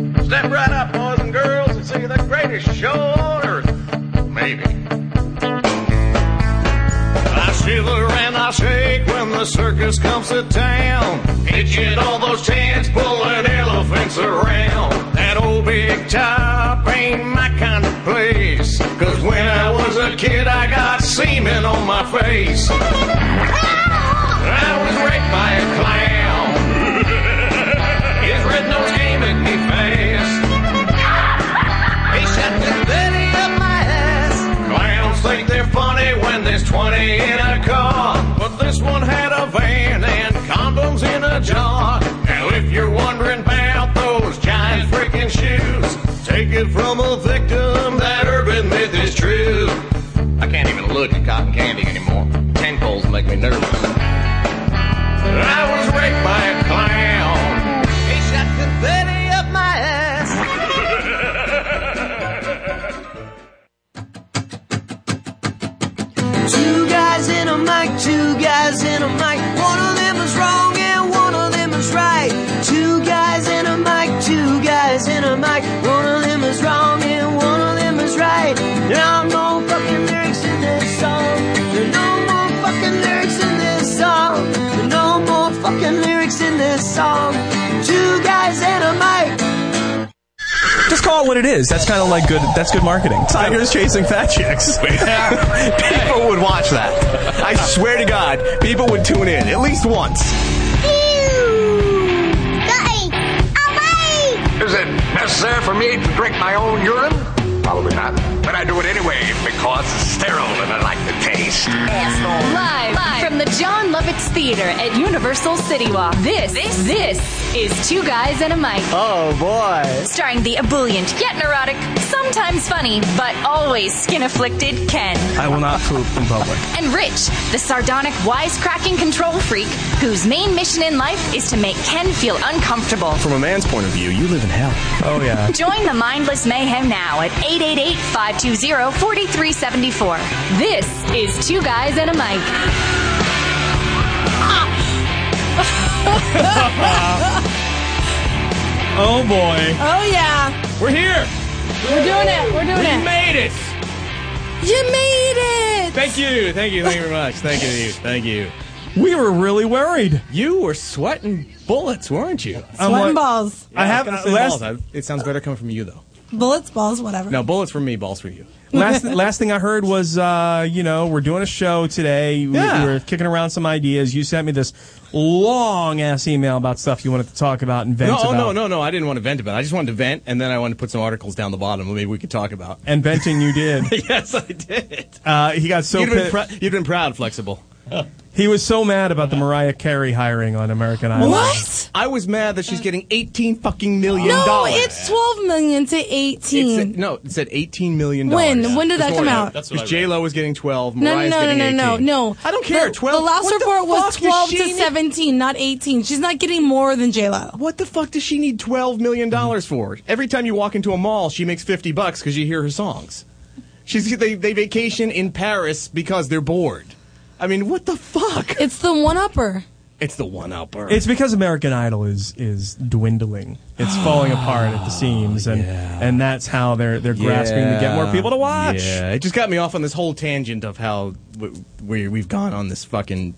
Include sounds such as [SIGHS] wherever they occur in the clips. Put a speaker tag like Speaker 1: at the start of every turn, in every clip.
Speaker 1: right up, boys and girls, and see the greatest show on earth. Maybe. I shiver and I shake when the circus comes to town. Hitching all those tents, pulling elephants around. That old big top ain't my kind of place. Cause when I was a kid, I got semen on my face. I was raped by a clown. His red nose came at me fast. He shot the belly up my ass. Clowns think they're funny when there's 20 in a car. But this one had a van and condoms in a jar. Now, if you're wondering about those giant freaking shoes, take it from a victim. That urban myth is true. I can't even look at cotton candy anymore. Ten poles make me nervous. I was raped by a clown. He shot confetti up my ass.
Speaker 2: Two guys in a mic, two guys in a mic. One of them is wrong and one of them is right. Two guys in a mic, two guys in a mic. One of them is wrong and one of them is right. There are no fucking lyrics in this song. There are no more fucking lyrics in this song. There are no more fucking lyrics in this song. Two guys in a mic.
Speaker 3: Just call it what it is. That's kind of like good. That's good marketing. Tigers chasing fat chicks.
Speaker 4: [LAUGHS] people would watch that. I swear to God, people would tune in at least once.
Speaker 1: Is it necessary for me to drink my own urine? Probably not. But I do it anyway because it's sterile and I like the taste.
Speaker 5: Live, live from the John Lovitz Theater at Universal City Walk. This, this, this is Two Guys and a Mic.
Speaker 2: Oh boy.
Speaker 5: Starring the ebullient, yet neurotic, sometimes funny, but always skin afflicted Ken.
Speaker 3: I will not poop in public.
Speaker 5: And Rich, the sardonic, wisecracking control freak whose main mission in life is to make Ken feel uncomfortable.
Speaker 4: From a man's point of view, you live in hell.
Speaker 3: Oh yeah.
Speaker 5: Join the mindless mayhem now at 888 520 4374. This is Two Guys and
Speaker 2: [LAUGHS]
Speaker 5: a Mic.
Speaker 3: Oh boy.
Speaker 6: Oh yeah,
Speaker 3: We're here.
Speaker 6: we're doing it. We're doing it.
Speaker 3: made it.
Speaker 6: You made it.
Speaker 7: Thank you, thank you, thank you very much. Thank you, thank you.
Speaker 3: We were really worried.
Speaker 7: You were sweating bullets, weren't you?
Speaker 3: I'm
Speaker 6: Sweating
Speaker 3: like-
Speaker 6: balls,
Speaker 3: I have
Speaker 7: gonna
Speaker 3: uh,
Speaker 7: say
Speaker 3: last
Speaker 7: balls. I- It sounds better coming from you, though.
Speaker 6: bullets, balls, whatever.
Speaker 7: No, bullets from me, balls for you. [LAUGHS]
Speaker 3: last last thing I heard was uh, you know we're doing a show today. We-
Speaker 7: Yeah.
Speaker 3: We, were kicking around some ideas. You sent me this long ass email about stuff you wanted to talk about and vent
Speaker 7: No, oh,
Speaker 3: about.
Speaker 7: no, no, no. I didn't want to vent about. it. I just wanted to vent, and then I wanted to put some articles down the bottom. Maybe we could talk about. [LAUGHS]
Speaker 3: And venting you did.
Speaker 7: yes, I did.
Speaker 3: Uh, he got so
Speaker 7: you'd, been
Speaker 3: pit-
Speaker 7: prou- you'd been proud, flexible.
Speaker 3: he was so mad about the Mariah Carey hiring on American Idol.
Speaker 6: What? Uh.
Speaker 7: I was mad that she's getting eighteen fucking million
Speaker 6: No,
Speaker 7: dollars.
Speaker 6: it's twelve million to
Speaker 7: It
Speaker 6: eighteen.
Speaker 7: said- no, it said eighteen million
Speaker 6: When? When did
Speaker 7: This
Speaker 6: that come
Speaker 7: morning.
Speaker 6: out?
Speaker 7: That's what J Lo was getting twelve.
Speaker 6: No, no,
Speaker 7: Mariah's
Speaker 6: no, no,
Speaker 7: getting
Speaker 6: no, no,
Speaker 7: 18.
Speaker 6: no.
Speaker 7: I don't care.
Speaker 6: The,
Speaker 7: twelve.
Speaker 6: The last
Speaker 7: what the
Speaker 6: report
Speaker 7: fuck
Speaker 6: was
Speaker 7: does
Speaker 6: twelve
Speaker 7: she
Speaker 6: to
Speaker 7: need-
Speaker 6: seventeen, not eighteen. She's not getting more than J Lo.
Speaker 7: What the fuck does she need twelve million dollars for? Every time you walk into a mall, she makes fifty bucks because you hear her songs. She's they they vacation in Paris because they're bored. I mean, what the fuck?
Speaker 6: It's the one upper.
Speaker 7: It's the one upper.
Speaker 3: It's because American Idol is is dwindling.
Speaker 7: [GASPS]
Speaker 3: It's falling apart at the seams, and and that's how they're they're grasping to get more people to watch.
Speaker 7: Yeah, it just got me off on this whole tangent of how w- we we've gone on this fucking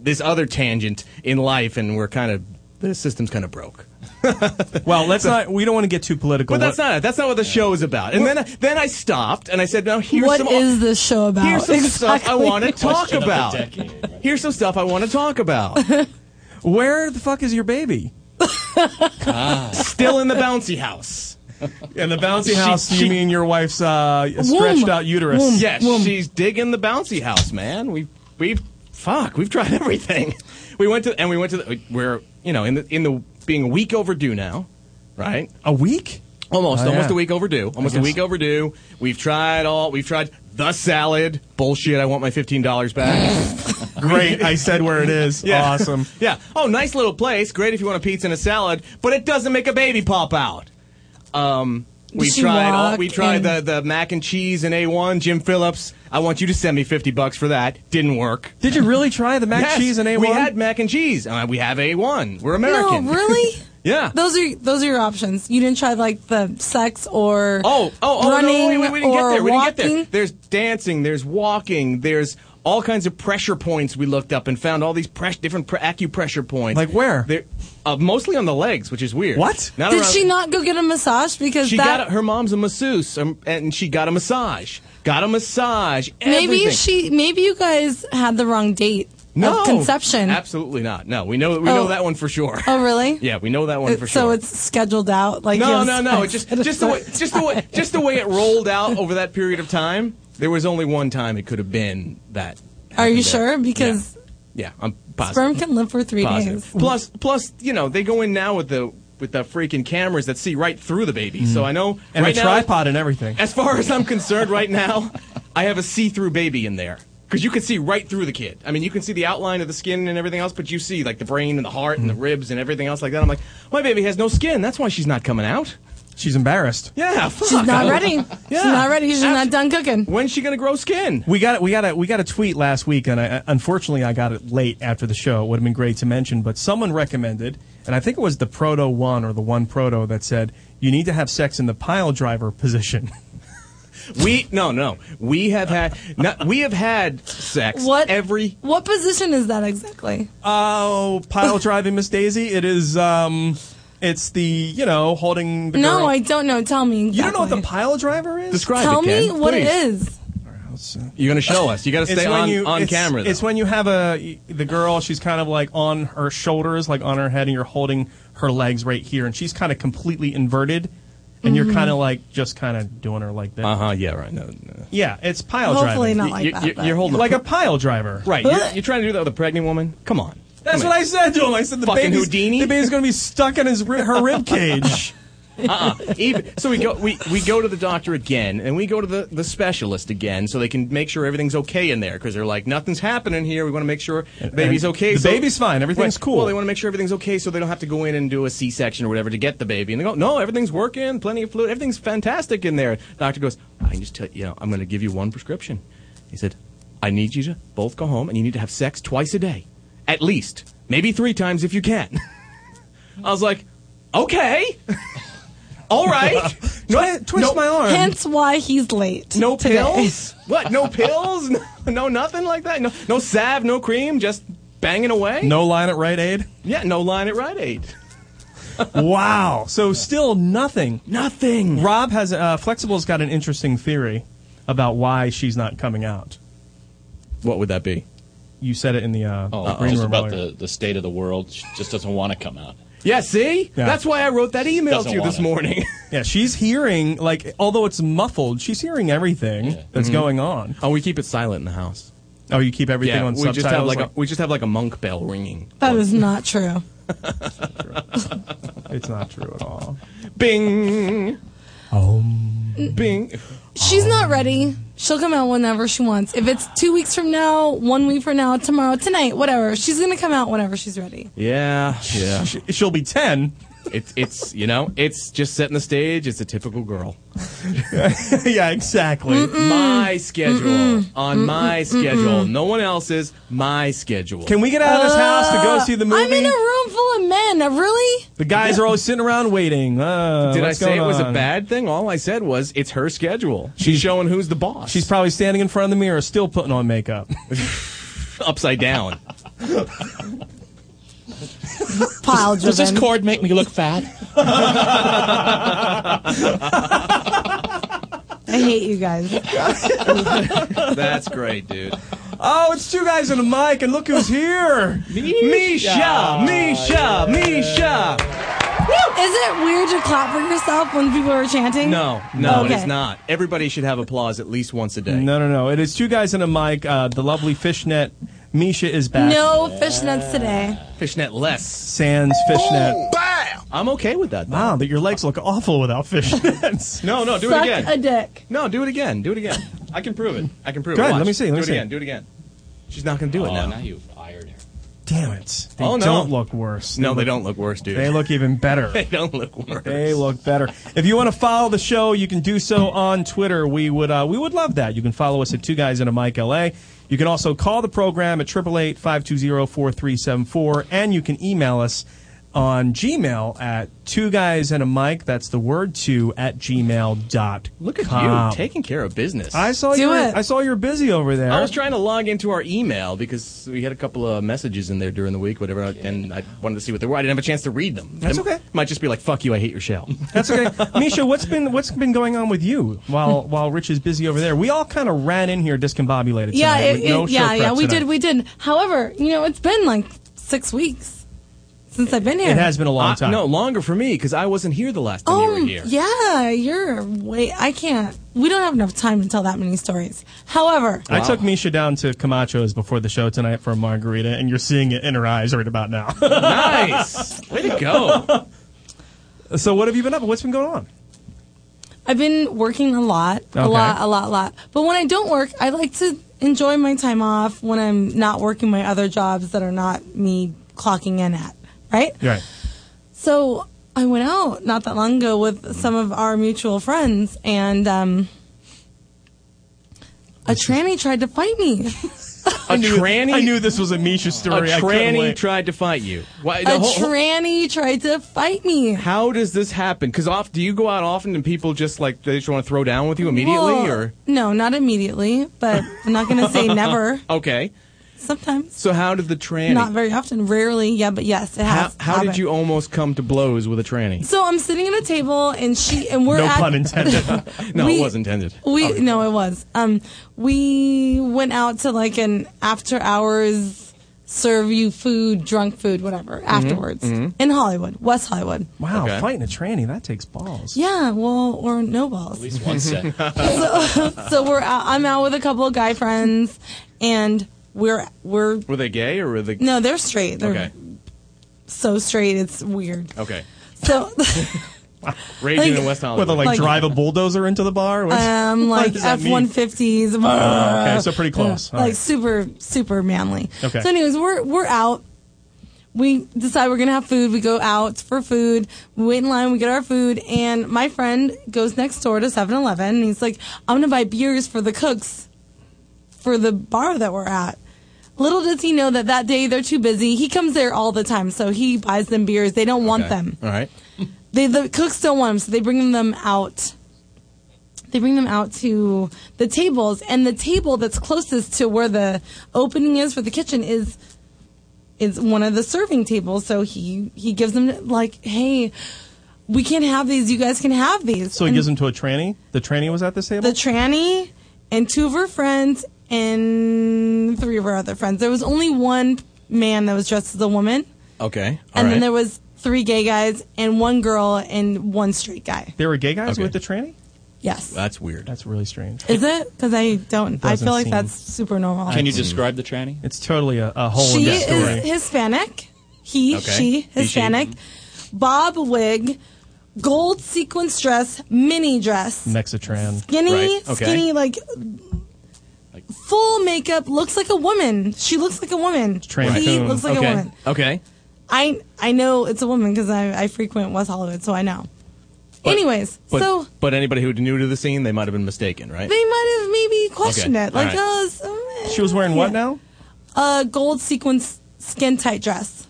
Speaker 7: this other tangent in life, and we're kind of the system's kind of broke. [LAUGHS]
Speaker 3: Well, let's not. We don't want to get too political.
Speaker 7: But that's not it. That's not what the show is about. And then I, then I stopped and I said, now here's
Speaker 6: What
Speaker 7: some
Speaker 6: is this show about?
Speaker 7: here's some stuff I
Speaker 6: Exactly.
Speaker 7: want to talk about. Here's some stuff I want to talk
Speaker 6: [LAUGHS]
Speaker 7: about.
Speaker 3: Where the fuck is your baby? [LAUGHS]
Speaker 7: Still in the bouncy house.
Speaker 3: In the bouncy house,
Speaker 7: house, you
Speaker 3: you mean your wife's uh, stretched out uterus?
Speaker 6: Womb.
Speaker 7: Yes, she's digging the bouncy house, man. We we've fuck, we've tried [LAUGHS] everything. We went to and we went to the, we're you know in the in the being a week overdue now, right?
Speaker 3: A week?
Speaker 7: Almost,
Speaker 3: Oh,
Speaker 7: almost
Speaker 3: yeah.
Speaker 7: a week overdue. Almost a
Speaker 3: guess.
Speaker 7: week overdue. We've tried all. We've tried the salad bullshit. I want my fifteen dollars back.
Speaker 3: [LAUGHS] Great. [LAUGHS] I said where it is.
Speaker 7: Yeah.
Speaker 3: Awesome.
Speaker 7: [LAUGHS] yeah. Oh, nice little place. Great if you want a pizza and a salad, but it doesn't make a baby pop out. Um, we
Speaker 6: Does she
Speaker 7: tried. All,
Speaker 6: walk
Speaker 7: we tried the
Speaker 6: and-
Speaker 7: the mac and cheese and A1. Jim Phillips. I want you to send me fifty bucks for that. Didn't work.
Speaker 3: Did you really try the mac
Speaker 7: Yes,
Speaker 3: cheese and A1?
Speaker 7: We had mac and cheese. Uh, we have A1. We're American. [LAUGHS]
Speaker 6: No, really?
Speaker 8: Yeah.
Speaker 6: Those are those are your options. You didn't try like the sex or
Speaker 7: Oh, oh, oh,
Speaker 6: running
Speaker 7: no, wait, wait, we didn't get
Speaker 6: or
Speaker 7: there. We
Speaker 6: walking.
Speaker 7: didn't get there. There's dancing, there's walking, there's all kinds of pressure points we looked up and found all these press, different pre- acupressure points.
Speaker 3: Like where?
Speaker 7: They're, uh, mostly on the legs, which is weird.
Speaker 3: What?
Speaker 7: Not
Speaker 6: Did
Speaker 7: around-
Speaker 6: she not go get a massage because
Speaker 7: She
Speaker 6: that
Speaker 7: got a, her mom's a masseuse, um, and she got a massage. Got a massage.
Speaker 6: maybe
Speaker 7: everything.
Speaker 6: she maybe you guys had the wrong date
Speaker 7: no
Speaker 6: of conception.
Speaker 7: Absolutely not. No, we know we
Speaker 6: Oh.
Speaker 7: know that one for sure.
Speaker 6: Oh really?
Speaker 7: Yeah, we know that one
Speaker 6: It-
Speaker 7: for
Speaker 6: so
Speaker 7: sure.
Speaker 6: it's scheduled out like
Speaker 7: No,
Speaker 6: you
Speaker 7: no,
Speaker 6: have
Speaker 7: no.
Speaker 6: sex
Speaker 7: Just
Speaker 6: at a
Speaker 7: just the way
Speaker 6: certain
Speaker 7: just the way just the way it rolled out over that period of time. There was only one time it could have been that.
Speaker 6: [LAUGHS] Are
Speaker 7: happened
Speaker 6: you
Speaker 7: there.
Speaker 6: sure? Because
Speaker 7: yeah, Yeah, I'm positive.
Speaker 6: sperm can live for three
Speaker 7: positive.
Speaker 6: days.
Speaker 7: Plus plus, you know, they go in now with the with the freaking cameras that see right through the baby. So I know
Speaker 3: Mm-hmm. and
Speaker 7: right
Speaker 3: a
Speaker 7: now,
Speaker 3: tripod and everything.
Speaker 7: As far as I'm concerned right now, [LAUGHS] I have a see-through baby in there. Because you can see right through the kid. I mean, you can see the outline of the skin and everything else, but you see like the brain and the heart and the
Speaker 3: Mm-hmm.
Speaker 7: ribs and everything else like that. I'm like, my baby has no skin. That's why she's not coming out.
Speaker 3: She's embarrassed.
Speaker 7: Yeah, fuck.
Speaker 6: She's not ready. She's not ready. She's
Speaker 7: Abs-
Speaker 6: not done cooking.
Speaker 7: When's she gonna grow skin?
Speaker 3: We got we got a we got a tweet last week, and I, unfortunately I got it late after the show. It would have been great to mention, but someone recommended, and I think it was the Proto One or the One Proto that said you need to have sex in the pile driver position. [LAUGHS]
Speaker 7: We no no. We have had not, we have had sex
Speaker 6: What
Speaker 7: every
Speaker 6: what position is that exactly?
Speaker 3: Oh,
Speaker 6: [LAUGHS]
Speaker 3: pile driving, Miss Daisy. It is um, it's the you know holding the
Speaker 6: no,
Speaker 3: girl-
Speaker 6: I don't know. Tell me.
Speaker 3: You don't know what the
Speaker 6: exactly.
Speaker 3: pile driver is?
Speaker 7: describe
Speaker 6: Tell
Speaker 7: it,
Speaker 6: me
Speaker 7: Ken,
Speaker 6: what
Speaker 7: please.
Speaker 6: it is.
Speaker 7: You're gonna show us. You gotta stay on, on
Speaker 3: it's,
Speaker 7: camera.
Speaker 3: It's
Speaker 7: though.
Speaker 3: when you have a the girl. She's kind of like on her shoulders, like on her head, and you're holding her legs right here, and she's kind of completely inverted, and
Speaker 6: Mm-hmm.
Speaker 3: you're kind of like just kind of doing her like that.
Speaker 7: uh-huh, yeah, right. No, no.
Speaker 3: Yeah, it's pile
Speaker 6: Hopefully
Speaker 3: driving.
Speaker 6: not like
Speaker 7: You-
Speaker 6: that.
Speaker 7: you-
Speaker 6: but-
Speaker 7: you're holding
Speaker 3: Like a pile driver.
Speaker 7: Right. You're, you're trying to do that with a pregnant woman? Come on.
Speaker 3: That's
Speaker 7: Come
Speaker 3: what I said to him. I said the
Speaker 7: Fucking
Speaker 3: baby's,
Speaker 7: Houdini?
Speaker 3: The baby's going to be stuck in his ri- her rib
Speaker 7: [LAUGHS]
Speaker 3: cage. [LAUGHS]
Speaker 7: I Uh-uh. even, so we go we, we go to the doctor again and we go to the, the specialist again so they can make sure everything's okay in there because they're like nothing's happening here. We want to make sure baby's
Speaker 3: and
Speaker 7: okay.
Speaker 3: the baby's fine. Everything's
Speaker 7: Right.
Speaker 3: cool.
Speaker 7: Well, they want to make sure everything's okay so they don't have to go in and do a C section or whatever to get the baby. And they go, no, everything's working, plenty of fluid, everything's fantastic in there. Doctor goes, I can just tell you know I'm going to give you one prescription. He said, I need you to both go home and you need to have sex twice a day, at least, maybe three times if you can. I was like, okay. All
Speaker 3: [LAUGHS]
Speaker 7: right. No,
Speaker 3: Twist
Speaker 7: no,
Speaker 3: my arm.
Speaker 6: Hence why he's late.
Speaker 7: No
Speaker 6: today. [LAUGHS]
Speaker 7: pills? What?
Speaker 3: [LAUGHS]
Speaker 7: No pills? No, no nothing like that? No, no salve, no cream, just banging away?
Speaker 3: No line at Rite Aid.
Speaker 7: Yeah, no line at Rite Aid.
Speaker 3: Wow. So still nothing.
Speaker 7: Nothing.
Speaker 3: Rob has uh, Flexible's got an interesting theory about why she's not coming out.
Speaker 7: What would that be?
Speaker 3: You said it in the, uh,
Speaker 9: Oh,
Speaker 3: the green
Speaker 9: just
Speaker 3: room
Speaker 9: about
Speaker 3: earlier.
Speaker 9: the, the state of the world. She just doesn't want to come out.
Speaker 7: Yeah, see?
Speaker 3: Yeah.
Speaker 7: That's why I wrote that email
Speaker 9: Doesn't
Speaker 7: to you this
Speaker 9: wanna.
Speaker 7: morning.
Speaker 3: [LAUGHS] Yeah, she's hearing like although it's muffled, she's hearing everything that's going on.
Speaker 7: oh, we keep it silent in the house.
Speaker 3: Oh, you keep everything
Speaker 7: Yeah,
Speaker 3: on
Speaker 7: we
Speaker 3: subtitles.
Speaker 7: just have like,
Speaker 3: like-
Speaker 7: a, we just have like a monk bell ringing.
Speaker 6: That is not true.
Speaker 3: [LAUGHS] it's not true at all.
Speaker 7: [LAUGHS] Bing. Oh. Bing.
Speaker 6: She's not ready. She'll come out whenever she wants. If it's two weeks from now, one week from now, tomorrow, tonight, whatever, she's gonna come out whenever she's ready.
Speaker 7: Yeah. Yeah.
Speaker 3: She, she'll be ten.
Speaker 7: it's it's you know it's just setting the stage. It's a typical girl.
Speaker 3: yeah, exactly.
Speaker 7: My schedule on my schedule. No one else's. My schedule.
Speaker 3: Can we get out of this house to
Speaker 7: Uh,
Speaker 3: go see the movie?
Speaker 6: I'm in a room full of men. Uh, Really?
Speaker 3: the guys are always sitting around waiting. Uh,
Speaker 7: Did I
Speaker 3: what's
Speaker 7: say it
Speaker 3: going
Speaker 7: was a
Speaker 3: on?
Speaker 7: bad thing? All I said was it's her schedule. She's showing who's the boss.
Speaker 3: She's probably standing in front of the mirror, still putting on
Speaker 7: [LAUGHS]
Speaker 3: makeup.
Speaker 7: [LAUGHS] upside down.
Speaker 6: [LAUGHS] Pile
Speaker 9: Does this
Speaker 6: driven.
Speaker 9: cord make me look fat?
Speaker 6: I hate you guys.
Speaker 7: That's great, dude.
Speaker 3: [LAUGHS] oh, it's two guys and a mic, and look who's here.
Speaker 7: Misha, Misha, Misha.
Speaker 6: Is it weird to clap for yourself when people are chanting?
Speaker 7: No, no,
Speaker 6: Okay.
Speaker 7: it's not. Everybody should have applause at least once a day.
Speaker 3: No, no, no. It is two guys and a mic. Uh, the lovely fishnet. Misha is back.
Speaker 6: No fishnets today.
Speaker 7: Fishnet less.
Speaker 3: Sans fishnet.
Speaker 7: I'm okay with that. though.
Speaker 3: Wow, that your legs look awful without
Speaker 7: [LAUGHS]
Speaker 3: fishnets.
Speaker 7: No, no, do
Speaker 6: Suck
Speaker 7: it again.
Speaker 6: a dick.
Speaker 7: No, do it again. Do it again. I can prove it. I can prove
Speaker 3: Go
Speaker 7: it.
Speaker 3: ahead,
Speaker 7: Watch.
Speaker 3: let me see,
Speaker 7: do
Speaker 3: let me
Speaker 7: it
Speaker 3: see.
Speaker 7: again. Do it again. She's not going to do it
Speaker 9: Oh,
Speaker 7: now.
Speaker 9: now you've fired her.
Speaker 3: Damn it. They
Speaker 7: Oh, no.
Speaker 3: don't look worse.
Speaker 7: No, they don't look worse, dude. [LAUGHS]
Speaker 3: They look even better.
Speaker 7: They don't look worse.
Speaker 3: they look better. If you want to follow the show, you can do so on Twitter. We would uh, we would love that. You can follow us at Two Guys and a Mic LA. You can also call the program at 888 520 4374, and you can email us on Gmail at two guys and a mic. That's the word two at gmail.com.
Speaker 7: Look at you taking care of business.
Speaker 3: I saw
Speaker 6: Do
Speaker 3: you.
Speaker 6: it.
Speaker 3: I saw you're busy over there.
Speaker 7: I was trying to log into our email because we had a couple of messages in there during the week, whatever, and I wanted to see what they were. I didn't have a chance to read them.
Speaker 3: That's
Speaker 7: They
Speaker 3: okay.
Speaker 7: Might just be like, "Fuck you, I hate your shell."
Speaker 3: That's okay, [LAUGHS] Misha. What's been what's been going on with you while while Rich is busy over there? We all kind of ran in here discombobulated.
Speaker 6: Yeah,
Speaker 3: tonight
Speaker 6: it,
Speaker 3: with no
Speaker 6: it-
Speaker 3: show
Speaker 6: yeah, yeah.
Speaker 3: prep
Speaker 6: We
Speaker 3: tonight.
Speaker 6: did, we did. However, you know, it's been like six weeks since I've been here.
Speaker 3: It has been a long
Speaker 7: Uh,
Speaker 3: time.
Speaker 7: no, longer for me because I wasn't here the last time you
Speaker 6: Oh,
Speaker 7: were here.
Speaker 6: yeah. You're way. I can't. We don't have enough time to tell that many stories. However,
Speaker 3: I [LAUGHS] took Misha down to Camacho's before the show tonight for a margarita, and you're seeing it in her eyes right about now. [LAUGHS]
Speaker 7: Nice, way to go.
Speaker 3: so, what have you been up? to? What's been going on?
Speaker 6: I've been working a lot,
Speaker 3: Okay.
Speaker 6: a lot, a lot, a lot. But when I don't work, I like to enjoy my time off when I'm not working my other jobs that are not me clocking in at, right?
Speaker 3: Right.
Speaker 6: So I went out not that long ago with some of our mutual friends, and um, a tranny tried to fight me.
Speaker 7: A tranny.
Speaker 3: I knew this was a Misha
Speaker 7: a
Speaker 3: story. I couldn't
Speaker 7: tranny
Speaker 3: wait.
Speaker 7: tried to fight you. Why,
Speaker 6: A
Speaker 7: the whole-
Speaker 6: tranny tried to fight me.
Speaker 7: how does this happen? Because off, do you go out often and people just like they just want to throw down with you immediately,
Speaker 6: Well,
Speaker 7: or
Speaker 6: no, not immediately, but I'm not going
Speaker 7: [LAUGHS]
Speaker 6: to say never.
Speaker 7: okay?
Speaker 6: Sometimes,
Speaker 7: So how did the tranny?
Speaker 6: not very often, rarely. Yeah, but yes, it
Speaker 7: how
Speaker 6: has.
Speaker 7: how did
Speaker 6: happened.
Speaker 7: you almost come to blows with a tranny?
Speaker 6: So I'm sitting at a table, and she and we're
Speaker 3: No
Speaker 6: at, [LAUGHS]
Speaker 3: pun intended.
Speaker 7: No,
Speaker 6: We-
Speaker 7: it was intended.
Speaker 6: We no, it was. Um, we went out to like an after hours serve you food, drunk food, whatever
Speaker 7: Mm-hmm,
Speaker 6: afterwards in Hollywood, West Hollywood.
Speaker 3: wow,
Speaker 7: Okay.
Speaker 3: fighting a tranny that takes balls.
Speaker 6: Yeah, well, or no balls.
Speaker 9: At least one
Speaker 3: [LAUGHS]
Speaker 9: set.
Speaker 6: [LAUGHS] So we're out, I'm out with a couple of guy friends, and we're we're
Speaker 7: Were they gay or were they?
Speaker 6: no, they're straight. They're
Speaker 7: Okay.
Speaker 6: so straight, it's weird.
Speaker 7: Okay.
Speaker 6: So
Speaker 7: Raging
Speaker 6: Like-
Speaker 7: in West
Speaker 3: Whether
Speaker 7: Hollywood.
Speaker 3: like,
Speaker 6: Like-
Speaker 3: drive a bulldozer into the bar. What's-
Speaker 6: [LAUGHS] um,
Speaker 3: [LAUGHS] [LAUGHS] what
Speaker 6: like
Speaker 3: does that
Speaker 6: F
Speaker 3: mean?
Speaker 6: one fifties. uh,
Speaker 3: Oh, okay, so pretty close.
Speaker 6: Yeah,
Speaker 3: All
Speaker 6: like
Speaker 3: right.
Speaker 6: super, super manly.
Speaker 3: Okay.
Speaker 6: So, anyways, we're we're out. We decide we're gonna have food. We go out for food. We wait in line. We get our food, and my friend goes next door to 7-Eleven, and he's like, "I'm gonna buy beers for the cooks, for the bar that we're at." Little does he know that that day they're too busy. He comes there all the time, so he buys them beers. They don't want
Speaker 7: Okay.
Speaker 6: them
Speaker 7: All right.
Speaker 6: they the cooks don't want them, so they bring them out. They bring them out to the tables, and the table that's closest to where the opening is for the kitchen is is one of the serving tables. So he he gives them like, hey, we can't have these. You guys can have these.
Speaker 3: so he
Speaker 6: And
Speaker 3: gives them to a tranny. The tranny was at this table.
Speaker 6: the tranny and two of her friends and three of her other friends. There was only one man that was dressed as a woman,
Speaker 7: Okay. All
Speaker 6: and
Speaker 7: right.
Speaker 6: then there was three gay guys and one girl and one straight guy.
Speaker 3: there were gay guys
Speaker 7: Okay.
Speaker 3: with the tranny.
Speaker 6: Yes.
Speaker 7: That's weird.
Speaker 3: That's really strange.
Speaker 6: Is it? Because I don't. I
Speaker 3: Doesn't
Speaker 6: feel like
Speaker 3: seem-
Speaker 6: that's super normal.
Speaker 9: Can you describe the tranny?
Speaker 3: It's totally a, a whole
Speaker 6: she
Speaker 3: in story.
Speaker 6: is Hispanic. He,
Speaker 7: Okay. He,
Speaker 6: she,
Speaker 7: she.
Speaker 6: Hispanic. Bob wig, gold sequence dress, mini dress,
Speaker 3: Mexitran.
Speaker 6: skinny,
Speaker 7: Right, okay.
Speaker 6: skinny, like
Speaker 9: Like-
Speaker 6: full makeup. Looks like a woman. She looks like a woman.
Speaker 3: Trans
Speaker 6: He
Speaker 3: coon.
Speaker 6: looks like a
Speaker 7: okay.
Speaker 6: woman.
Speaker 7: Okay.
Speaker 6: I I know it's a woman because I, I frequent West Hollywood, so I know.
Speaker 7: But-
Speaker 6: Anyways,
Speaker 7: But,
Speaker 6: so
Speaker 7: but anybody who new to the scene, they might have been mistaken, right?
Speaker 6: they might have maybe questioned
Speaker 7: Okay,
Speaker 6: it, like,
Speaker 7: all right.
Speaker 6: oh, some-
Speaker 3: She was wearing what
Speaker 6: yeah.
Speaker 3: now?
Speaker 6: a gold sequin skin tight dress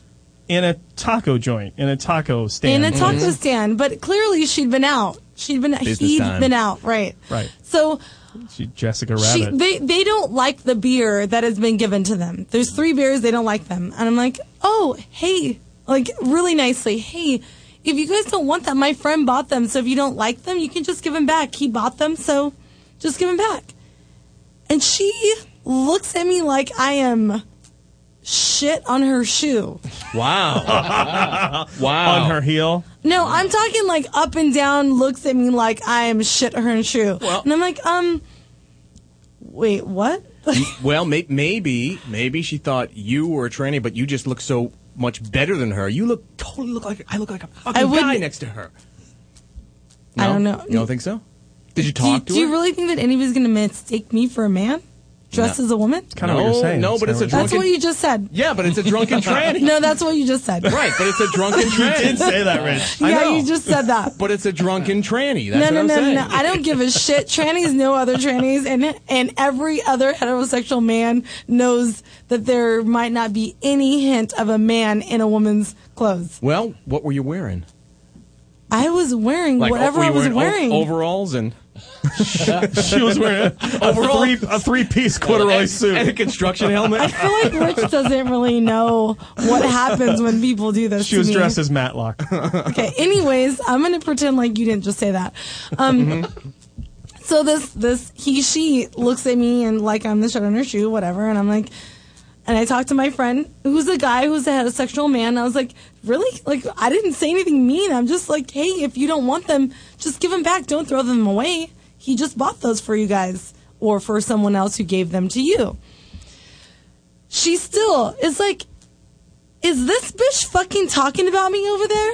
Speaker 3: In a taco joint. In a taco
Speaker 6: in
Speaker 3: stand. Mm-hmm.
Speaker 6: a taco stand, but clearly she'd been out. She'd been
Speaker 7: Mm-hmm. Business
Speaker 6: he'd
Speaker 7: time.
Speaker 6: been out, right?
Speaker 3: Right.
Speaker 6: So
Speaker 3: She, Jessica
Speaker 6: she,
Speaker 3: Rabbit.
Speaker 6: they they don't like the beer that has been given to them. There's three beers they don't like them, and I'm like, oh hey, like really nicely, hey. If you guys don't want them, my friend bought them. So if you don't like them, you can just give them back. He bought them, so just give them back. And she looks at me like I am shit on her shoe.
Speaker 7: Wow.
Speaker 3: [LAUGHS]
Speaker 7: wow.
Speaker 3: on her heel.
Speaker 6: No, I'm talking like up and down, looks at me like I am shit her and shoe.
Speaker 7: Well-
Speaker 6: and I'm like, um, wait, what?
Speaker 7: Well, may- maybe, maybe she thought you were a tranny, but you just look so much better than her. You look totally Oh, look like I look like a fucking
Speaker 6: I wouldn't- e-
Speaker 7: guy next to her.
Speaker 6: I
Speaker 7: No?
Speaker 6: don't know.
Speaker 7: You don't think so? Did you
Speaker 6: do you,
Speaker 7: talk to
Speaker 6: do
Speaker 7: her?
Speaker 6: you really think that anybody's going to mistake me for a man? dressed as a woman?
Speaker 3: Kind of what
Speaker 7: No,
Speaker 3: you're saying.
Speaker 7: no,
Speaker 3: It's
Speaker 7: but
Speaker 3: kinda
Speaker 7: it's
Speaker 3: what
Speaker 6: That's
Speaker 7: drunken-
Speaker 6: what you just said.
Speaker 7: Yeah, but it's a drunken tranny.
Speaker 6: [LAUGHS] No, that's what you just said.
Speaker 7: [LAUGHS] Right, but it's a drunken tranny.
Speaker 3: you're- say that, Rich.
Speaker 7: I know.
Speaker 6: Yeah, you just said that.
Speaker 7: But it's a drunken tranny.
Speaker 6: [LAUGHS] No,
Speaker 7: That's
Speaker 6: no,
Speaker 7: what
Speaker 6: no,
Speaker 7: I'm
Speaker 6: no,
Speaker 7: saying.
Speaker 6: no. I don't give a shit. Trannies know other trannies, and and every other heterosexual man knows that there might not be any hint of a man in a woman's clothes.
Speaker 7: Well, what were you wearing?
Speaker 6: I was wearing whatever
Speaker 7: were
Speaker 6: I
Speaker 7: you
Speaker 6: was
Speaker 7: o-
Speaker 6: wearing.
Speaker 7: overalls and
Speaker 3: [LAUGHS] She was wearing a,
Speaker 6: [LAUGHS]
Speaker 7: Overall-
Speaker 3: three, a three-piece corduroy
Speaker 7: and a
Speaker 3: suit. [LAUGHS]
Speaker 7: construction helmet.
Speaker 6: I feel like Rich doesn't really know what happens when people do this.
Speaker 3: She
Speaker 6: to
Speaker 3: was
Speaker 6: me.
Speaker 3: dressed as Matlock.
Speaker 6: [LAUGHS] Okay. Anyways, I'm gonna pretend like you didn't just say that. Um, so this this he she looks at me and like I'm the shit on her shoe, whatever, and I'm like, and I talk to my friend who's a guy who's a heterosexual man. And I was like, really? Like I didn't say anything mean. I'm just like, hey, if you don't want them, just give them back. Don't throw them away. He just bought those for you guys or for someone else who gave them to you. She still is like, is this bitch fucking talking about me over there?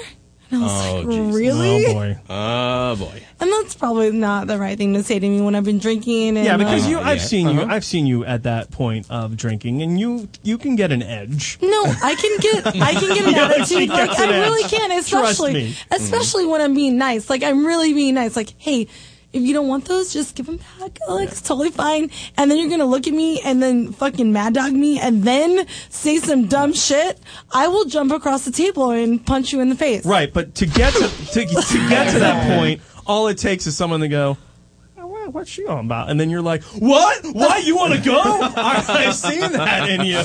Speaker 6: And I was like, [LAUGHS] really?
Speaker 3: Oh boy.
Speaker 7: Oh boy.
Speaker 6: And that's probably not the right thing to say to me when I've been drinking. And,
Speaker 3: Yeah, because
Speaker 6: uh,
Speaker 3: you, I've
Speaker 7: yeah. Uh-huh.
Speaker 3: seen you, I've seen you at that point of drinking, and you, you can get an edge.
Speaker 6: No, I can get I can
Speaker 3: [LAUGHS]
Speaker 6: get an attitude. Like
Speaker 3: gets
Speaker 6: I
Speaker 3: an
Speaker 6: really
Speaker 3: attitude.
Speaker 6: can,
Speaker 3: Trust
Speaker 6: especially
Speaker 3: me.
Speaker 6: especially when I'm being nice. Like I'm really being nice. Like hey. If you don't want those, just give them back. Like, it's totally fine. And then you're gonna look at me and then fucking mad dog me and then say some dumb shit. I will jump across the table and punch you in the face.
Speaker 3: Right, but to get to, to, to get
Speaker 6: [LAUGHS]
Speaker 3: to that point, all it takes is someone to go. "Oh, what- What's she on about? And then you're like, "What? Why you want to go? I, I've seen that in you."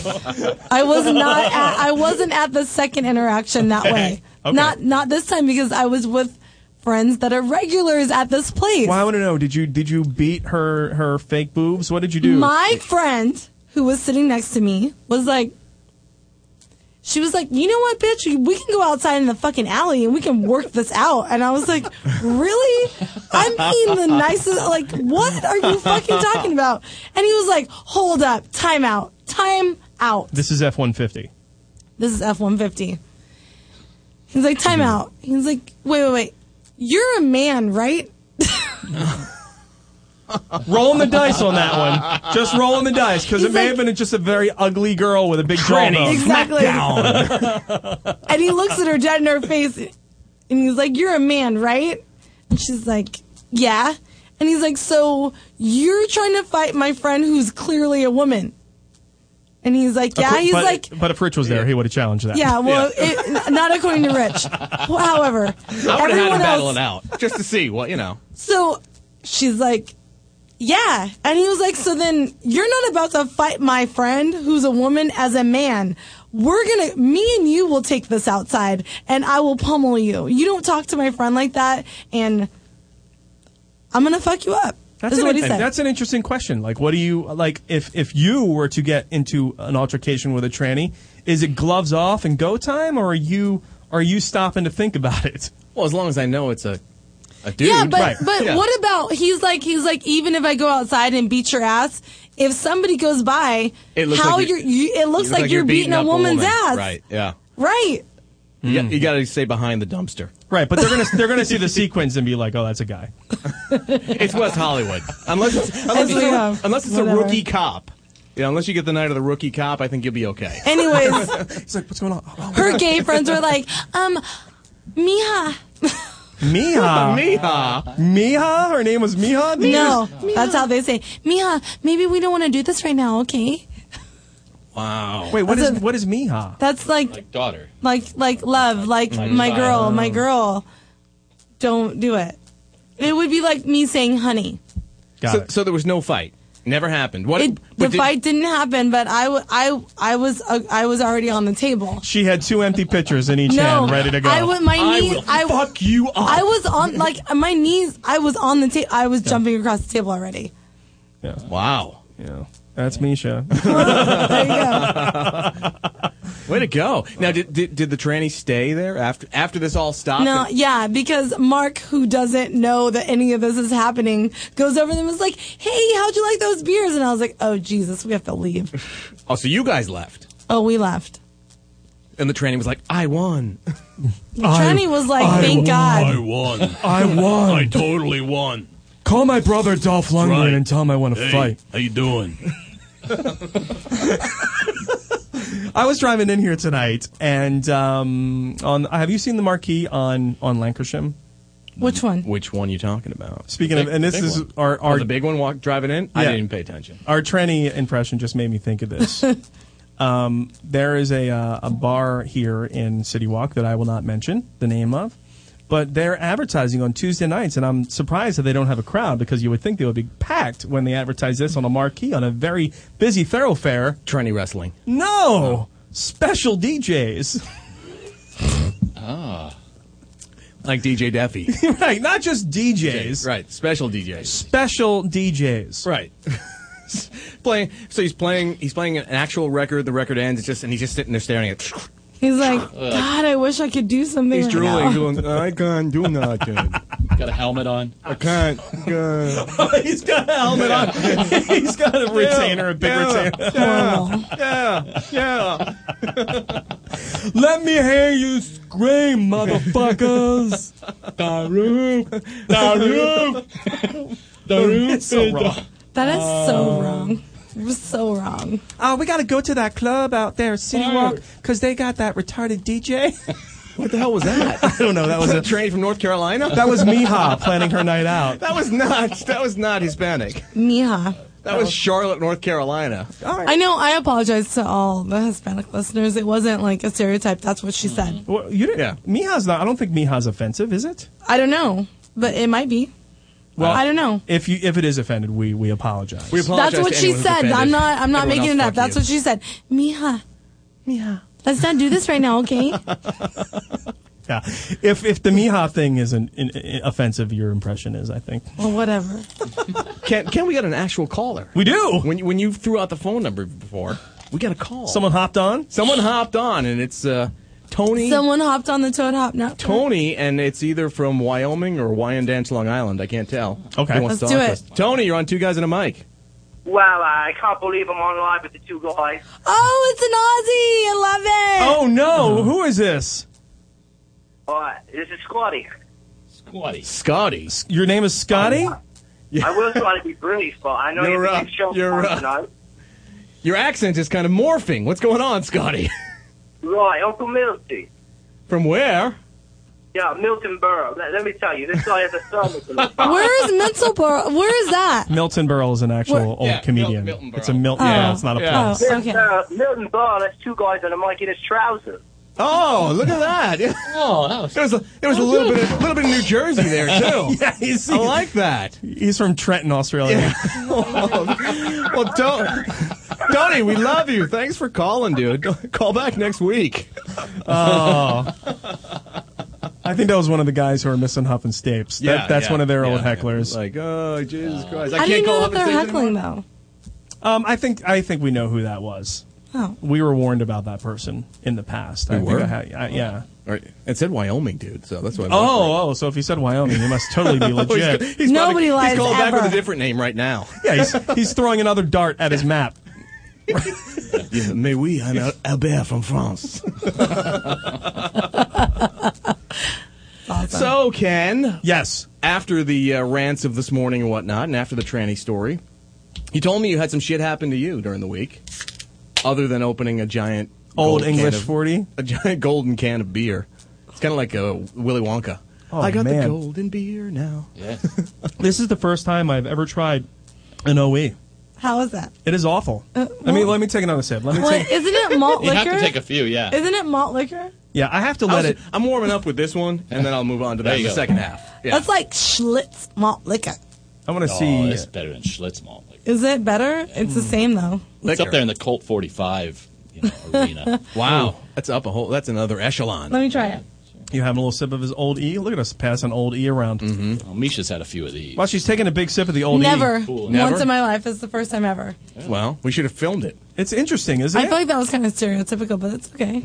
Speaker 6: I was not.
Speaker 3: [LAUGHS]
Speaker 6: At, I wasn't at the second interaction that way.
Speaker 3: Okay.
Speaker 6: Not not this time because I was with friends that are regulars at this place.
Speaker 3: Well, I want to know. Did you did you beat her her fake boobs? What did you do?
Speaker 6: My friend who was sitting next to me was like, she was like, you know what, bitch, we- we can go outside in the fucking alley and we can work this out. And I was like, really? I'm being the nicest. Like, what are you fucking talking about? And he was like, hold up, time out, time out.
Speaker 3: this is F one fifty.
Speaker 6: this is F one fifty. He's like, time out. He's like, wait, wait, wait. You're a man, right?
Speaker 3: Rolling the dice on that one. Just rolling the dice because it
Speaker 6: He's
Speaker 3: may
Speaker 6: like-
Speaker 3: have been just a very ugly girl with a big jawbone.
Speaker 6: Exactly. and he looks at her dead in her face and he's like, You're a man, right? And she's like, Yeah. And he's like, So you're trying to fight my friend who's clearly a woman. And he's like, Yeah. He's
Speaker 3: but,
Speaker 6: like,
Speaker 3: but if Rich was there, he would have challenged that.
Speaker 6: Yeah, well, It, not according to Rich. Well, However,
Speaker 7: I would have had
Speaker 6: everyone
Speaker 7: to battle
Speaker 6: else.
Speaker 7: it out just to see what you know.
Speaker 6: So she's like, Yeah. And he was like, So then you're not about to fight my friend who's a woman as a man. We're gonna, me and you will take this outside and I will pummel you. You don't talk to my friend like that and I'm gonna fuck you up.
Speaker 3: That's
Speaker 6: is
Speaker 3: an,
Speaker 6: what he said.
Speaker 3: that's an interesting question. Like, what do you like if if you were to get into an altercation with a tranny? Is it gloves off and go time, or are you are you stopping to think about it?
Speaker 7: Well, as long as I know it's a a dude.
Speaker 6: yeah, but
Speaker 3: right.
Speaker 6: but
Speaker 7: Yeah.
Speaker 6: what about he's like he's like even if I go outside and beat your ass, if somebody goes by,
Speaker 7: It looks
Speaker 6: how
Speaker 7: like
Speaker 6: you're,
Speaker 7: you're-
Speaker 6: you it [LAUGHS] looks like, you're beating, a
Speaker 7: up
Speaker 6: woman's
Speaker 7: woman.
Speaker 6: ass,
Speaker 7: Right. Yeah.
Speaker 6: Right.
Speaker 7: You, got, to stay behind the dumpster.
Speaker 3: Right, but they're gonna they're gonna see the [LAUGHS] sequence and be like, oh, that's a guy.
Speaker 7: [LAUGHS] It's West Hollywood. Unless
Speaker 6: [LAUGHS]
Speaker 7: it's unless it's,
Speaker 6: Yeah.
Speaker 7: a, unless it's a
Speaker 6: Whatever.
Speaker 7: rookie cop. Yeah, unless you get the night of the rookie cop, I think you'll be okay.
Speaker 3: [LAUGHS]
Speaker 6: Anyways,
Speaker 3: He's like, what's going on? Oh,
Speaker 6: her gay friends
Speaker 3: [LAUGHS]
Speaker 6: were like, um, Mija.
Speaker 3: Mija,
Speaker 7: Mija.
Speaker 3: Mija. Her name was Mija.
Speaker 6: No, that's how they say, Mija, maybe we don't want to do this right now, okay?
Speaker 7: Wow.
Speaker 3: Wait, what
Speaker 6: That's
Speaker 3: is
Speaker 6: a-
Speaker 3: what is Mija?
Speaker 6: That's like,
Speaker 9: Like daughter.
Speaker 6: like, like love, like my girl, my girl. Don't do it. It would be like me saying, honey.
Speaker 3: Got
Speaker 7: So,
Speaker 3: it.
Speaker 7: so there was no fight. Never happened. What?
Speaker 6: It,
Speaker 7: but
Speaker 6: the
Speaker 7: did-
Speaker 6: fight didn't happen, but I, w- I, I was, uh, I was already on the table.
Speaker 3: She had two empty pitchers in each
Speaker 6: No,
Speaker 3: hand, ready to go.
Speaker 6: I would, my knees, I, w-
Speaker 3: fuck you up.
Speaker 6: I was on, like, my knees, I was on the table, I was jumping across the table already.
Speaker 7: Wow.
Speaker 3: yeah, that's Misha.
Speaker 6: There you go.
Speaker 7: [LAUGHS] Way to go. Now, did, did did the tranny stay there after after this all stopped?
Speaker 6: No, yeah, because Mark, who doesn't know that any of this is happening, goes over them and was like, "Hey, how'd you like those beers?" And I was like, "Oh Jesus, we have to leave."
Speaker 7: Oh, so you guys left,
Speaker 6: Oh, we left.
Speaker 7: and the tranny was like, "I won."
Speaker 6: Tranny was like, "Thank
Speaker 7: [LAUGHS]
Speaker 6: God."
Speaker 8: won.
Speaker 3: I
Speaker 8: I
Speaker 3: won.
Speaker 8: totally won.
Speaker 3: [LAUGHS] Call my brother Dolph Lundgren
Speaker 8: Right.
Speaker 3: and tell him I want to
Speaker 8: Hey,
Speaker 3: fight.
Speaker 8: how you doing?
Speaker 3: I was driving in here tonight, and um, on have you seen the marquee on on Lancashire?
Speaker 6: Which one?
Speaker 7: Which one you talking about?
Speaker 3: Speaking of,
Speaker 9: Big-
Speaker 3: and this
Speaker 9: big
Speaker 3: is
Speaker 9: one.
Speaker 3: our
Speaker 7: Or
Speaker 3: our
Speaker 7: the big one walk driving in? I
Speaker 3: Yeah.
Speaker 7: didn't even pay attention.
Speaker 3: our tranny impression just made me think
Speaker 7: [LAUGHS]
Speaker 3: of this. um, there is a uh, a bar here in City Walk that I will not mention the name of, but they're advertising on Tuesday nights, and I'm surprised that they don't have a crowd because you would think they would be packed when they advertise this on a marquee on a very busy thoroughfare.
Speaker 7: Trendy wrestling.
Speaker 3: No special DJs.
Speaker 8: Ah.
Speaker 7: Like DJ Deffy.
Speaker 3: [LAUGHS] right, not just DJs.
Speaker 7: right. Special DJs.
Speaker 3: Special DJs.
Speaker 7: Right. [LAUGHS] playing so he's playing he's playing an actual record, the record ends, it's just and he's just sitting there staring at
Speaker 6: He's
Speaker 3: [SIGHS]
Speaker 6: like, God, I wish I could do something.
Speaker 7: He's
Speaker 6: right
Speaker 7: drooling, [LAUGHS]
Speaker 6: now."
Speaker 7: doing I can't do
Speaker 3: [LAUGHS]
Speaker 7: nothing.
Speaker 9: Got a helmet on.
Speaker 7: I can't uh,
Speaker 3: Oh, He's got a
Speaker 7: [LAUGHS]
Speaker 3: helmet on. He's got a retainer, a big retainer.
Speaker 6: Horrible.
Speaker 7: Yeah.
Speaker 3: [LAUGHS] Let me hear you scream, motherfuckers.
Speaker 9: Daruk,
Speaker 6: [LAUGHS]
Speaker 9: Daruk,
Speaker 3: [LAUGHS]
Speaker 9: Daruk.
Speaker 3: so wrong.
Speaker 6: That is
Speaker 7: Uh,
Speaker 6: so wrong. We're so wrong.
Speaker 3: Oh, we gotta go to that club out there, City
Speaker 9: Fire.
Speaker 3: Walk, because they got that retarded DJ.
Speaker 7: What the hell was that?
Speaker 3: [LAUGHS] I don't know. That was
Speaker 7: Was it
Speaker 3: a,
Speaker 7: a train from North Carolina?
Speaker 3: that was Miha planning her night out.
Speaker 7: That was not that was not Hispanic.
Speaker 6: Mija.
Speaker 7: That
Speaker 3: Oh.
Speaker 7: was Charlotte, North Carolina.
Speaker 6: I know I apologize to all the Hispanic listeners. It wasn't like a stereotype. That's what she said.
Speaker 3: [LAUGHS] Well, you didn't. Miha's not. I don't think Miha's offensive, is it?
Speaker 6: I don't know, but it might be. Well, I don't know.
Speaker 3: If you if it is offended, we we apologize.
Speaker 7: We
Speaker 6: That's
Speaker 7: apologize
Speaker 6: what
Speaker 7: to
Speaker 6: she
Speaker 7: anyone who's
Speaker 6: said. I'm
Speaker 7: offended.
Speaker 6: not. I'm not
Speaker 7: Everyone
Speaker 6: making
Speaker 7: else,
Speaker 6: it up.
Speaker 7: fuck
Speaker 6: That's what
Speaker 7: you.
Speaker 6: she said. Mija, Mija, let's not do this right now, okay? [LAUGHS]
Speaker 3: yeah. If if the Miha thing is an, an, an offensive, your impression is, I think
Speaker 6: well, whatever.
Speaker 7: Can can we get an actual caller?
Speaker 3: we do.
Speaker 7: When you, when you threw out the phone number before, we got a call.
Speaker 3: Someone hopped on.
Speaker 7: someone hopped on and it's uh, Tony
Speaker 6: Someone hopped on the Toad Hop now.
Speaker 7: Tony and it's either from Wyoming or Wyandanch, Long Island. I can't tell.
Speaker 3: Okay.
Speaker 7: Who wants
Speaker 6: Let's
Speaker 7: to
Speaker 6: do
Speaker 7: talk to
Speaker 6: it.
Speaker 7: us? Tony, you're on two guys and a mic.
Speaker 8: Well, I can't believe I'm on live with the two guys.
Speaker 6: Oh, it's an Aussie. I love it.
Speaker 3: Oh no! Who is this?
Speaker 8: All right, this is Scotty.
Speaker 9: Squatty.
Speaker 7: Scotty.
Speaker 3: Your name is Scotty.
Speaker 6: Oh.
Speaker 8: I was trying to be brief, but I know
Speaker 7: You're
Speaker 8: you're
Speaker 7: up.
Speaker 8: a big show
Speaker 7: You're
Speaker 8: fan
Speaker 7: up.
Speaker 8: tonight.
Speaker 7: Your accent is kind of morphing. What's going on, Scotty? [LAUGHS]
Speaker 8: Right, Uncle Milton.
Speaker 7: from where?
Speaker 8: Yeah, Milton Burrow. Let, let me tell you, this guy has a stomach.
Speaker 3: [LAUGHS]
Speaker 8: in his mouth.
Speaker 6: Where is Mentalboro? Where is that?
Speaker 3: Milton Berle is an actual
Speaker 6: Where-
Speaker 3: old
Speaker 7: Yeah,
Speaker 3: comedian.
Speaker 7: Mil- Milton
Speaker 3: it's a
Speaker 7: Berle.
Speaker 3: Milton.
Speaker 6: Oh.
Speaker 3: Yeah, it's not a
Speaker 7: Yeah.
Speaker 3: place.
Speaker 6: Oh, okay.
Speaker 8: Uh, Milton Burrow, that's two guys and a mic in his trousers.
Speaker 7: Oh, look at that.
Speaker 9: Oh, that was
Speaker 7: there was a, there was a little bit of, little bit of New Jersey there too.
Speaker 3: Yeah, he's,
Speaker 7: I like that.
Speaker 3: he's from Trenton, Australia.
Speaker 7: [LAUGHS] Well, Tony, Tony, we love you. Thanks for calling, dude. Call back next week.
Speaker 3: Oh.
Speaker 7: Oh.
Speaker 3: I think that was one of the guys who are missing Huff and Stapes. That,
Speaker 7: Yeah,
Speaker 3: that's
Speaker 7: yeah,
Speaker 3: one of their
Speaker 7: yeah.
Speaker 3: old hecklers.
Speaker 7: Like, oh Jesus Christ! I
Speaker 6: How
Speaker 7: can't
Speaker 6: do you
Speaker 7: call
Speaker 6: know that
Speaker 7: up and
Speaker 6: they're
Speaker 7: say
Speaker 6: heckling
Speaker 7: anymore.
Speaker 6: though?
Speaker 3: Um, I think I think we know who that was.
Speaker 6: Oh,
Speaker 3: We were warned about that person in the past. I
Speaker 7: were?
Speaker 3: Think I had, I, yeah.
Speaker 7: All right. It said Wyoming, dude. So that's why. I'm wondering.
Speaker 3: Oh, oh. So if he said Wyoming, he must
Speaker 7: [LAUGHS]
Speaker 3: totally be legit.
Speaker 7: Oh, he's, he's
Speaker 6: Nobody
Speaker 7: probably,
Speaker 6: lies
Speaker 7: He's calling back
Speaker 6: ever.
Speaker 7: with a different name right now.
Speaker 3: yeah, he's, he's throwing another dart at
Speaker 7: [LAUGHS]
Speaker 3: his map.
Speaker 7: Mais oui, I'm Albert from France.
Speaker 6: it's [LAUGHS] awesome.
Speaker 7: So Ken,
Speaker 3: Yes.
Speaker 7: after the uh, rants of this morning and whatnot, and after the tranny story, you told me you had some shit happen to you during the week, other than opening a giant gold
Speaker 3: Old
Speaker 7: can
Speaker 3: English
Speaker 7: of-
Speaker 3: forty.
Speaker 7: a giant golden can of beer. It's kind of like a Willy Wonka.
Speaker 3: Oh,
Speaker 7: I got
Speaker 3: man.
Speaker 7: the golden beer now.
Speaker 9: yeah.
Speaker 3: This is the first time I've ever tried an OE.
Speaker 6: how is that?
Speaker 3: It is awful.
Speaker 6: Uh,
Speaker 3: I mean, let me take another sip. Let me
Speaker 6: Wait,
Speaker 3: take.
Speaker 6: isn't it malt
Speaker 9: You
Speaker 6: liquor?
Speaker 9: have to take a few, yeah.
Speaker 6: Isn't it malt liquor?
Speaker 3: Yeah, I have to
Speaker 7: I
Speaker 3: let it.
Speaker 7: am warming up with this one, and then I'll move on to that
Speaker 9: There
Speaker 7: in
Speaker 9: you
Speaker 7: the
Speaker 9: go.
Speaker 7: second half. Yeah.
Speaker 6: That's like Schlitz malt liquor.
Speaker 3: I want to
Speaker 9: Oh,
Speaker 3: see.
Speaker 9: it's better than Schlitz malt. Like,
Speaker 6: Is it better? It's the same though.
Speaker 9: it's up there in the Colt 45 you know, arena.
Speaker 7: wow, that's up a whole. That's another echelon.
Speaker 6: Let me try it.
Speaker 3: You having a little sip of his old E? Look at us passing old E around.
Speaker 9: Mm-hmm. Well, Misha's had a few of these.
Speaker 3: Well, she's taking a big sip of the old
Speaker 6: Never.
Speaker 3: E.
Speaker 7: Never?
Speaker 6: Once in my life. It's the first time ever.
Speaker 7: Well, we should have filmed it.
Speaker 3: It's interesting, isn't
Speaker 6: I
Speaker 3: it?
Speaker 6: feel like that was kind of stereotypical, but it's
Speaker 9: [LAUGHS]
Speaker 6: okay.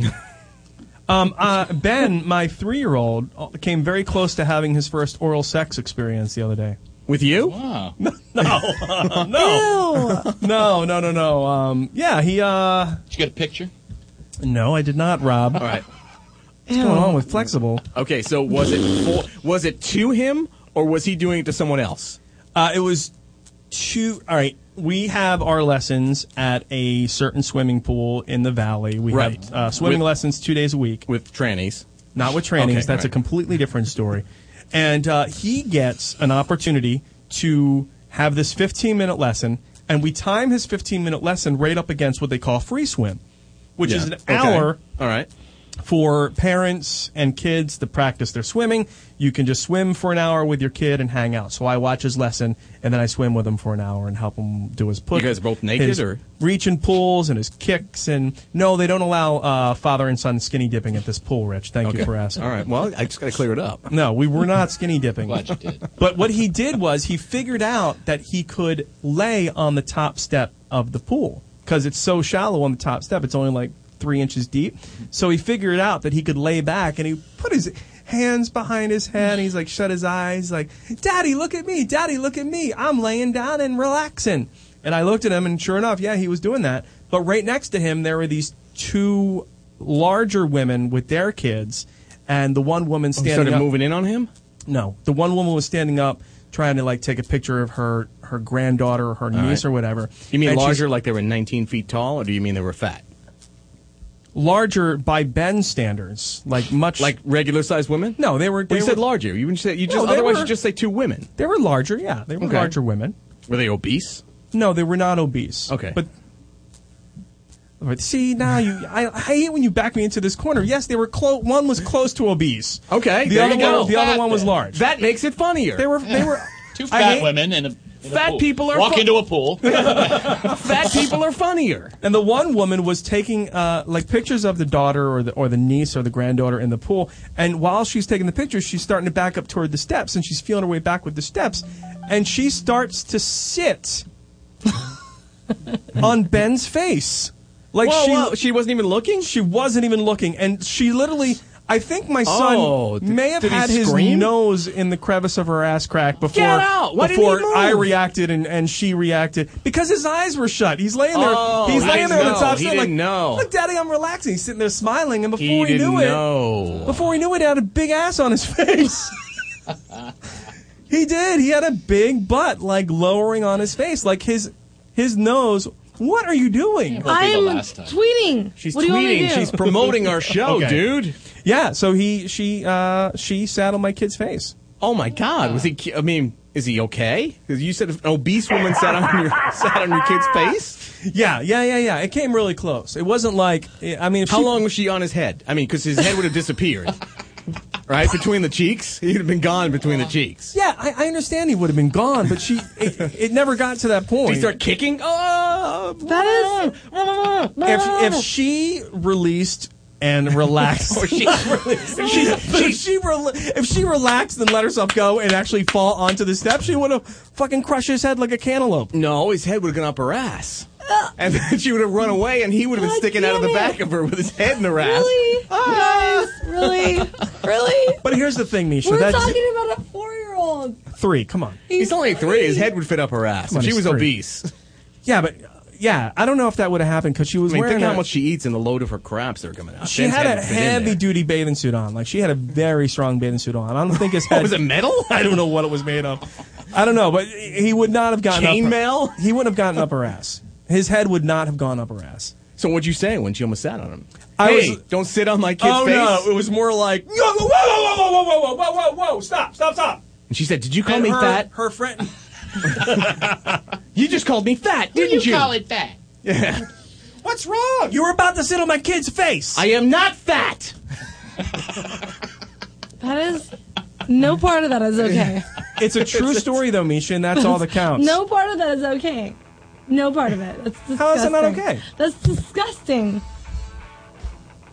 Speaker 3: um, uh, ben, my three-year-old, uh, came very close to having his first oral sex experience the other day.
Speaker 7: With you?
Speaker 3: [LAUGHS]
Speaker 9: Wow.
Speaker 6: Ew.
Speaker 3: No, no, no, no. Um, yeah, he. Uh,
Speaker 9: Did you get a picture?
Speaker 3: no, I did not, Rob.
Speaker 7: All right.
Speaker 3: What's going on with flexible?
Speaker 7: Okay, so was it for, was it to him or was he doing it to someone else?
Speaker 3: Uh, it was two. All right, we have our lessons at a certain swimming pool in the valley. We
Speaker 7: Right.
Speaker 3: have uh, swimming
Speaker 7: With-
Speaker 3: lessons two days a week.
Speaker 7: with trannies.
Speaker 3: not with trainings.
Speaker 7: Okay,
Speaker 3: That's a
Speaker 7: right.
Speaker 3: completely different story. And uh, he gets an opportunity to have this 15 minute lesson, and we time his 15 minute lesson right up against what they call free swim, which is an
Speaker 7: Yeah. Okay.
Speaker 3: hour
Speaker 7: All right.
Speaker 3: for parents and kids to practice their swimming. You can just swim for an hour with your kid and hang out. So I watch his lesson, and then I swim with him for an hour and help him do his put.
Speaker 7: You guys are both naked,
Speaker 3: his
Speaker 7: or-
Speaker 3: reach and pulls and his kicks and no, they don't allow uh, father and son skinny dipping at this pool. Rich, thank you for asking.
Speaker 7: All right. Well, I just got to clear it up.
Speaker 3: No, we were not skinny dipping.
Speaker 9: Glad you did.
Speaker 3: But what he did was he figured out that he could lay on the top step of the pool because it's so shallow on the top step. It's only like three inches deep. So he figured out that he could lay back and he put his hands behind his head and he's like, shut his eyes, like, Daddy, look at me. Daddy, look at me. I'm laying down and relaxing. And I looked at him and sure enough, yeah, he was doing that. But right next to him, there were these two larger women with their kids. And the one woman
Speaker 7: You
Speaker 3: standing
Speaker 7: Oh, started
Speaker 3: up,
Speaker 7: moving in on him.
Speaker 3: no, the one woman was standing up trying to like take a picture of her her granddaughter or her
Speaker 7: right.
Speaker 3: niece or whatever.
Speaker 7: You mean
Speaker 3: And she's-
Speaker 7: larger, like they were 19 feet tall, or do you mean they were fat,
Speaker 3: larger by Ben's standards, like much
Speaker 7: like regular sized women?
Speaker 3: no, they were. They
Speaker 7: Well, you
Speaker 3: were,
Speaker 7: said larger. You wouldn't say you
Speaker 3: No,
Speaker 7: just.
Speaker 3: they
Speaker 7: otherwise,
Speaker 3: were-
Speaker 7: you just say two women.
Speaker 3: They were larger, yeah. They were
Speaker 7: Okay.
Speaker 3: larger women.
Speaker 7: Were they obese?
Speaker 3: No, they were not obese.
Speaker 7: Okay.
Speaker 3: but. but See now you, I, I hate when you back me into this corner. Yes, they were close. One was close to obese.
Speaker 7: Okay,
Speaker 3: the
Speaker 7: there
Speaker 3: other
Speaker 7: you
Speaker 3: one,
Speaker 7: go.
Speaker 3: the other
Speaker 9: Fat
Speaker 3: one was
Speaker 9: then.
Speaker 3: large.
Speaker 7: That makes it funnier.
Speaker 3: they were, they were.
Speaker 9: Two
Speaker 3: I
Speaker 9: fat
Speaker 3: hate-
Speaker 9: women and a in a
Speaker 7: Fat
Speaker 9: pool.
Speaker 7: people are
Speaker 9: walk
Speaker 7: fu-
Speaker 9: into a
Speaker 3: [LAUGHS]
Speaker 9: pool.
Speaker 7: fat people are funnier.
Speaker 3: And the one woman was taking uh, like pictures of the daughter or the or the niece or the granddaughter in the pool. And while she's taking the pictures, she's starting to back up toward the steps, and she's feeling her way back with the steps, and she starts to sit
Speaker 9: [LAUGHS]
Speaker 3: on Ben's face, like
Speaker 7: Whoa,
Speaker 3: she
Speaker 7: whoa, she wasn't even looking.
Speaker 3: she wasn't even looking, and she literally. I think my son
Speaker 7: Oh, did-
Speaker 3: may have
Speaker 7: did he
Speaker 3: had his
Speaker 7: scream?
Speaker 3: nose in the crevice of her ass crack before
Speaker 7: Get out! Why didn't
Speaker 3: before
Speaker 7: he move?
Speaker 3: I reacted and, and she reacted because his eyes were shut. He's laying there.
Speaker 7: Oh,
Speaker 3: he's
Speaker 7: he
Speaker 3: laying
Speaker 7: didn't
Speaker 3: there on the
Speaker 7: know.
Speaker 3: top
Speaker 7: He
Speaker 3: step, like,
Speaker 7: didn't know.
Speaker 3: Look, Daddy, I'm relaxing. He's sitting there smiling, and
Speaker 7: He
Speaker 3: before he,
Speaker 7: didn't
Speaker 3: knew it,
Speaker 7: know.
Speaker 3: before he knew it, he had a big ass on his [LAUGHS] face. he did. He had a big butt, like lowering on his face, like his his nose. What are you doing?
Speaker 9: Won't be the
Speaker 6: I'm
Speaker 9: last time.
Speaker 6: tweeting.
Speaker 7: She's
Speaker 6: what do you want me to
Speaker 7: tweeting.
Speaker 6: do?
Speaker 7: She's promoting our show,
Speaker 3: Okay.
Speaker 7: dude.
Speaker 3: Yeah, so he she uh she sat on my kid's face.
Speaker 7: Oh my God, was he? ki- I mean, is he okay? Because you said if an obese woman sat on your [LAUGHS] sat on your kid's face.
Speaker 3: Yeah, yeah, yeah, yeah. It came really close. It wasn't like I mean, if
Speaker 7: How
Speaker 3: she-
Speaker 7: long was she on his head? I mean, because his head would have disappeared, [LAUGHS] right between the cheeks. He'd have been gone between the cheeks.
Speaker 3: Yeah, I, I understand he would have been gone, but she [LAUGHS] it, it never got to that point.
Speaker 7: Did he start kicking? Oh,
Speaker 6: That is.
Speaker 3: if if she released
Speaker 7: [LAUGHS]
Speaker 3: and relaxed.
Speaker 7: or Oh,
Speaker 3: [LAUGHS]
Speaker 7: she
Speaker 3: If she, if, she rela- if she relaxed and let herself go and actually fall onto the steps, she would have fucking crushed his head like a cantaloupe.
Speaker 7: No, his head would have gone up her ass. And then she would have run away, and he would have been
Speaker 6: God
Speaker 7: sticking out of the
Speaker 6: damn it.
Speaker 7: back of her with his head in her ass.
Speaker 6: Really?
Speaker 7: Ah.
Speaker 6: Guys, really? Really?
Speaker 3: But here's the thing, [LAUGHS] Misha.
Speaker 6: We're
Speaker 3: that's
Speaker 6: talking about a four year old.
Speaker 3: three. Come on.
Speaker 7: He's only three. His head would fit up her ass.
Speaker 3: Come on,
Speaker 7: if she
Speaker 3: he's
Speaker 7: was
Speaker 3: three.
Speaker 7: obese.
Speaker 3: Yeah, but uh, yeah, I don't know if that would have happened because she was
Speaker 7: I mean,
Speaker 3: wearing
Speaker 7: think how
Speaker 3: a-
Speaker 7: much she eats and the load of her craps that are coming out.
Speaker 3: She
Speaker 7: Ben's
Speaker 3: had
Speaker 7: head
Speaker 3: a
Speaker 7: would fit in
Speaker 3: heavy
Speaker 7: there.
Speaker 3: duty bathing suit on. Like she had a very strong bathing suit on. I don't
Speaker 7: [LAUGHS]
Speaker 3: think his
Speaker 7: What,
Speaker 3: head
Speaker 7: was it metal?
Speaker 3: I don't know what it was made of. I don't know, but he would not have gotten up her-
Speaker 7: Chainmail?
Speaker 3: He wouldn't have gotten up her ass. His head would not have gone up her ass.
Speaker 7: So what'd you say when she almost sat on him?
Speaker 3: I
Speaker 7: hey,
Speaker 3: was-
Speaker 7: don't sit on my kid's
Speaker 10: Oh,
Speaker 7: face.
Speaker 3: it was more like whoa, whoa, whoa, whoa, whoa, whoa, whoa, whoa, whoa, stop, stop, stop.
Speaker 7: And she said, "Did you call me
Speaker 3: her,
Speaker 7: fat?
Speaker 3: Her friend.
Speaker 7: You just called me fat, [LAUGHS] didn't you?" [LAUGHS]
Speaker 9: it fat?
Speaker 3: What's wrong? You were about to sit on my kid's face.
Speaker 7: I am not fat.
Speaker 6: That is. No part of that
Speaker 7: [LAUGHS]
Speaker 6: is okay.
Speaker 3: it's a true story though, Misha, and that's all that
Speaker 6: [LAUGHS]
Speaker 3: counts.
Speaker 6: No part of that is okay. No part of it. That's
Speaker 7: [LAUGHS]
Speaker 6: disgusting.
Speaker 3: How is it not okay?
Speaker 6: That's disgusting.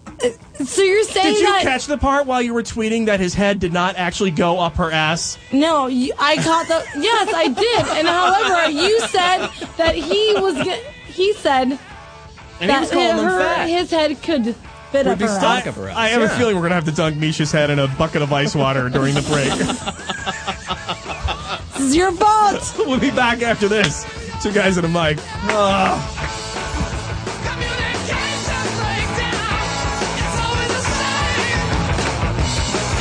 Speaker 6: Uh, So you're saying
Speaker 3: Did you
Speaker 6: that
Speaker 3: catch the part while you were tweeting that his head did not actually go up her ass?
Speaker 6: no? You, I caught the yes, I did. And however, you said that he was ge- he said
Speaker 7: And he
Speaker 6: that
Speaker 7: was calling him
Speaker 6: her-
Speaker 7: fat.
Speaker 6: his head could fit up
Speaker 7: be
Speaker 6: her
Speaker 7: stuck
Speaker 6: ass.
Speaker 7: of her ass.
Speaker 3: I have
Speaker 7: Yeah.
Speaker 3: a feeling we're gonna have to dunk Misha's head in a bucket of ice water during
Speaker 7: [LAUGHS]
Speaker 3: the break.
Speaker 6: This is your fault.
Speaker 3: [LAUGHS] we'll be back after this. Two guys and a mic.
Speaker 1: Communication breakdown. It's always the same.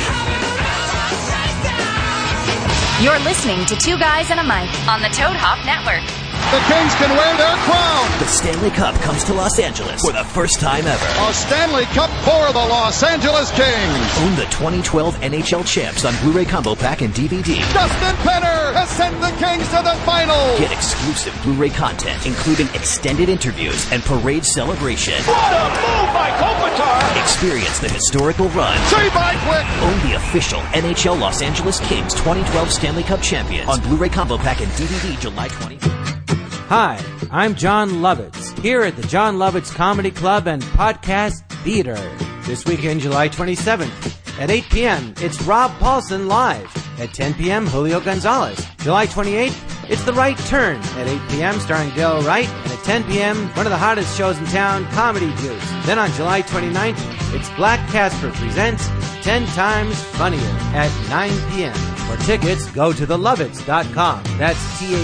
Speaker 1: Having a meltdown.
Speaker 5: You're listening to Two Guys and a Mic on the Toad Hop Network.
Speaker 11: The Kings can wear their crown.
Speaker 12: The Stanley Cup comes to Los Angeles for the first time ever.
Speaker 11: A Stanley Cup for the Los Angeles Kings.
Speaker 12: Own the 2012 NHL Champs on Blu-ray Combo Pack and DVD.
Speaker 11: Justin Penner has sent the Kings to the final.
Speaker 12: Get exclusive Blu-ray content, including extended interviews and parade celebration.
Speaker 11: What a move by Kopitar.
Speaker 12: Experience the historical run.
Speaker 11: Three by Quick.
Speaker 12: Own the official NHL Los Angeles Kings 2012 Stanley Cup champions on Blu-ray Combo Pack and DVD July 20th.
Speaker 13: Hi, I'm John Lovitz, here at the John Lovitz Comedy Club and Podcast Theater. This weekend, July 27th, at 8 p.m., it's Rob Paulson live. At 10 p.m., Julio Gonzalez. July 28th, it's The Right Turn. At 8 p.m., starring Dale Wright. And at 10 p.m., one of the hottest shows in town, Comedy Juice. Then on July 29th, it's Black Casper Presents 10 Times Funnier at 9 p.m. For tickets, go to thelovitz.com. That's E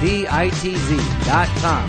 Speaker 13: T-H-E-L-O-V-I-T-Z dot com.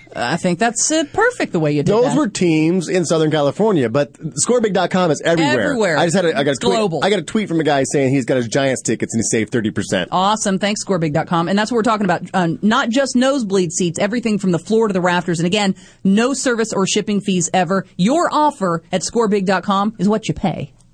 Speaker 14: I think that's uh, perfect the way you did
Speaker 15: Those
Speaker 14: that.
Speaker 15: were teams in Southern California, but scorebig.com is everywhere.
Speaker 14: Everywhere.
Speaker 15: I just had a, I got a
Speaker 14: It's
Speaker 15: tweet,
Speaker 14: global.
Speaker 15: I got a tweet from a guy saying he's got his Giants tickets and he saved 30%.
Speaker 14: Awesome. Thanks, scorebig.com. And that's what we're talking about. Um, not just nosebleed seats, everything from the floor to the rafters. And again, no service or shipping fees ever. Your offer at scorebig.com is what you pay.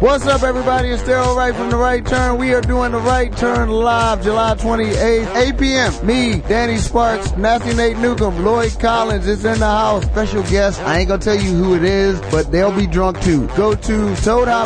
Speaker 16: What's up, everybody? It's Daryl Wright from The Right Turn. We are doing The Right Turn live July 28th, 8 p.m. Me, Danny Sparks, Matthew Nate Newcomb, Lloyd Collins is in the house. Special guest. I ain't going to tell you who it is, but they'll be drunk too. Go to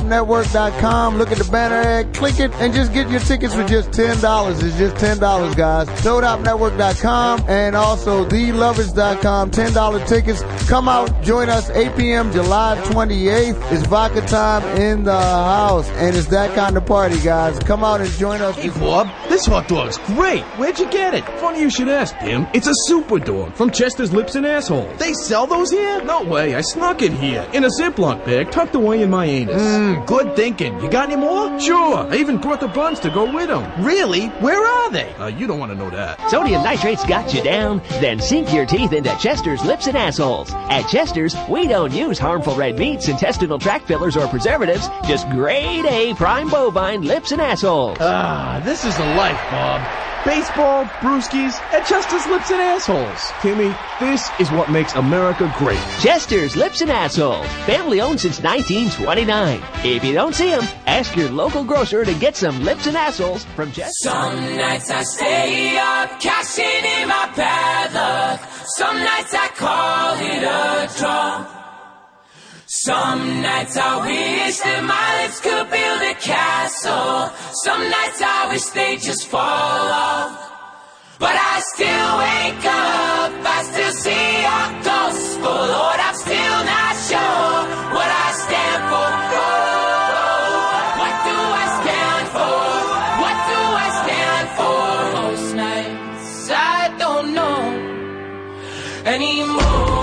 Speaker 16: ToadHopNetwork.com, look at the banner ad, click it, and just get your tickets for just $10. It's just $10, guys. ToadHopNetwork.com and also TheLovers.com. $10 tickets. Come out, join us 8 p.m. July 28th. It's vodka time in the house, and it's that kind of party, guys. Come out and join us. Hey,
Speaker 10: Bob, this hot dog's great. Where'd you get it? Funny you should ask, Tim. It's a super dog from Chester's Lips and Asshole. They sell those here? No way. I snuck it here in a Ziploc bag tucked away in my anus.
Speaker 7: Mm,
Speaker 10: Mmm, good thinking. You got any more? Sure. I even brought the buns to go with them. Really? Where are they? Uh, you don't want to know that.
Speaker 17: Sodium nitrate's got you down? Then sink your teeth into Chester's lips and assholes. At Chester's, we don't use harmful red meats, intestinal tract fillers, or preservatives. Just grade A prime bovine lips and assholes.
Speaker 10: Ah, this is the life, Bob. Baseball, brewskis, and Chester's lips and assholes. Timmy, this is what makes America great.
Speaker 17: Chester's Lips and Assholes, family owned since 1929. If you don't see them, ask your local grocer to get some lips and assholes from Chester's.
Speaker 18: Some nights I stay up, cashing in my bad luck. Some nights I call it a draw. Some nights I wish that my lips could build a castle. Some nights I wish they just fall off. But I still wake up, I still see your ghost. Oh Lord, I'm still not sure what I stand for. Oh, what do I stand for? What do I stand for? Most nights I don't know anymore.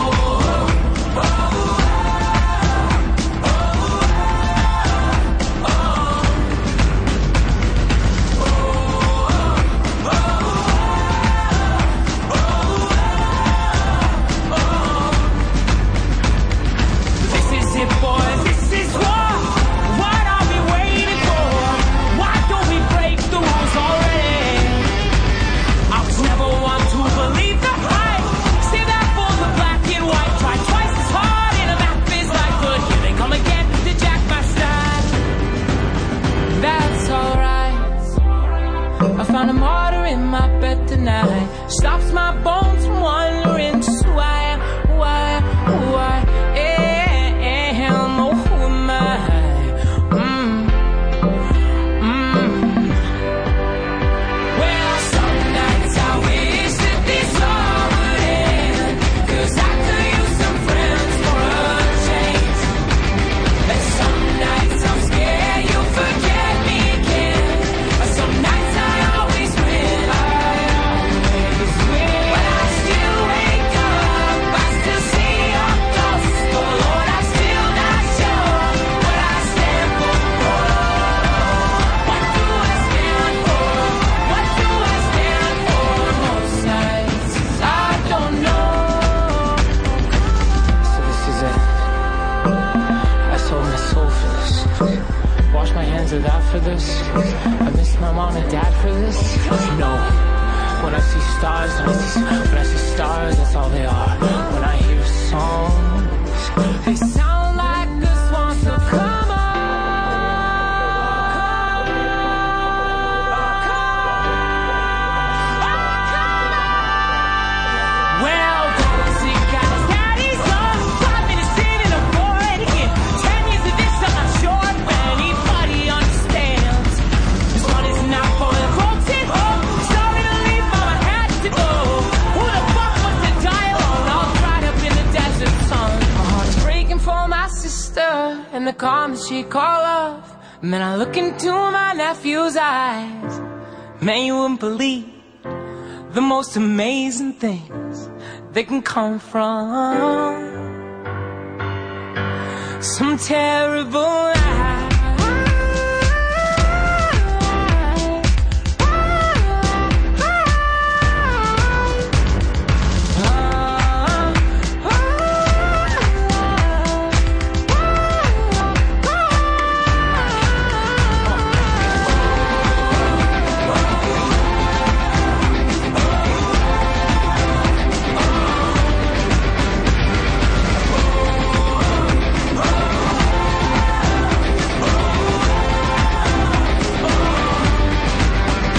Speaker 18: This is it, boys. This is war. What are we waiting for? Why don't we break the rules already? I was never one to believe the hype. See that for the black. night stops my bones from wandering just why, why, why am, oh, who am I? Mm, mm. Well, some nights I wish that this all would end, 'cause I could use some friends for a change. And some nights I'm scared you'll forget me again. Some nights I always win. I always win. But I still wake up. I still see your ghost. But Lord, I'm still not sure what I stand for. What do I stand for? What do I stand for? Most nights I don't know.
Speaker 19: So this is it. I sold my soul for this. Wash my hands of that for this. I miss my mom and dad for this. No. When I see stars, when I see, when I see stars, that's all they are. When I hear songs,
Speaker 18: They sound like the swans of come
Speaker 19: well,
Speaker 18: oh. and the calm that she call off. Man, I look into my nephew's eyes. Man, you wouldn't believe the most amazing things they can come from some terrible lie.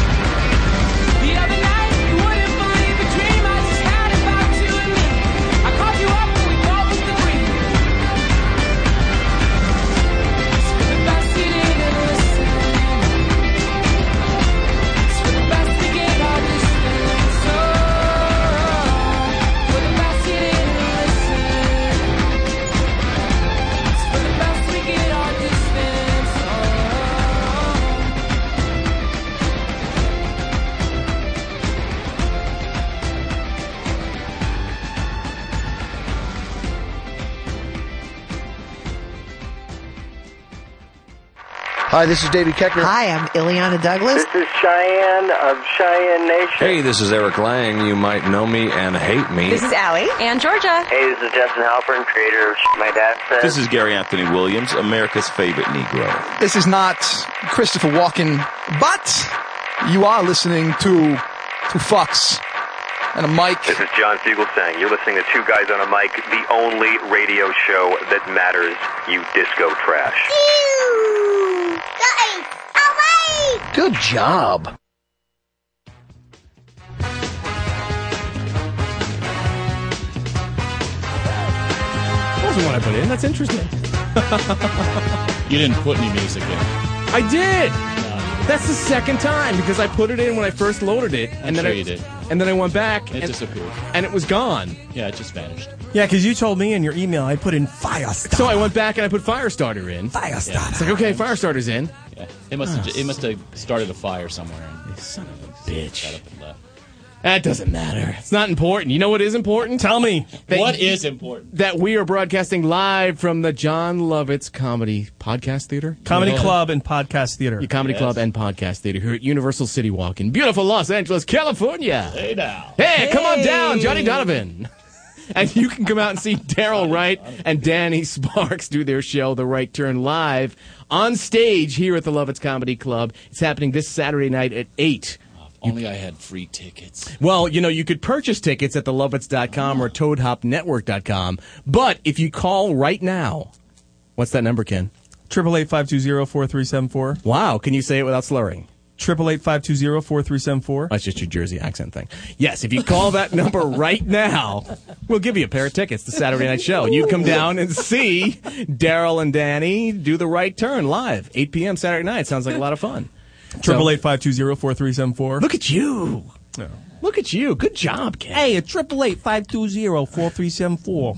Speaker 18: The other night, you wouldn't believe the dream I just had about you and me. I called you up and we both was agreed. It's for the best you didn't listen. It's for the best we get all this So, for the best you didn't listen. It's for the best we get all this So.
Speaker 20: Hi, this is David Keckner. Hi, I'm Ileana Douglas.
Speaker 21: This is Cheyenne of Cheyenne Nation.
Speaker 22: Hey, this is Eric Lang. You might know me and hate me.
Speaker 21: Allie. And Georgia. Hey, this
Speaker 23: [LAUGHS]
Speaker 21: is Justin Halpern, creator of Sh- My Dad Says.
Speaker 22: This is Gary Anthony Williams, America's favorite Negro.
Speaker 20: This is not Christopher Walken, but you are listening to to Fox and a mic.
Speaker 23: This is John Fugelsang. You're listening to Two Guys on a Mic, the only radio show that matters, you disco trash.
Speaker 20: Good job.
Speaker 3: That wasn't what I put in. That's interesting.
Speaker 9: You didn't put any music in.
Speaker 7: I did. That's the second time because I put it in when I first loaded it, and then
Speaker 9: sure
Speaker 7: I
Speaker 9: you did.
Speaker 7: and then I went back.
Speaker 9: It
Speaker 7: and,
Speaker 9: disappeared.
Speaker 7: and it was gone.
Speaker 9: Yeah, it just vanished.
Speaker 3: Yeah, because you told me in your email I put in Firestarter.
Speaker 7: So I went back and I put Firestarter in.
Speaker 3: Firestarter.
Speaker 7: It's like okay, Firestarter's in.
Speaker 9: Yeah. It must have, it must have started a fire somewhere. And
Speaker 7: Ah, son of a
Speaker 9: bitch. Got up and left.
Speaker 7: That doesn't matter. It's not important. You know what is important? Tell me.
Speaker 9: What is important?
Speaker 7: That we are broadcasting live from the John Lovitz Comedy Podcast Theater.
Speaker 3: Comedy
Speaker 7: Yeah.
Speaker 3: Club and Podcast Theater.
Speaker 7: Your Comedy Club and Podcast Theater here at Universal City Walk in beautiful Los Angeles, California.
Speaker 9: Hey now.
Speaker 7: Hey, come on
Speaker 9: Hey.
Speaker 7: down, Johnny Donovan. [LAUGHS] And you can come out and see Daryl Wright and Danny Sparks do their show, The Right Turn, live on stage here at the Lovitz Comedy Club. It's happening this Saturday night at 8.
Speaker 9: Only I had free tickets.
Speaker 7: Well, you know, you could purchase tickets at thelovitz.com or toadhopnetwork.com. But if you call right now, what's that number, Ken?
Speaker 3: Triple eight five two zero four three seven four.
Speaker 7: Wow, can you say it without slurring?
Speaker 3: Triple eight five two zero four three seven four.
Speaker 7: That's just your Jersey accent thing. Yes, if you call that number right now, we'll give you a pair of tickets to Saturday Night Show. You come down and see Daryl and Danny do the right turn live, 8 p.m. Saturday night. Sounds like a lot of fun.
Speaker 3: Triple eight five two zero four three seven four.
Speaker 7: Look at you. Look at you. Good job, Ken. Hey,
Speaker 3: a triple eight five two zero four three seven four.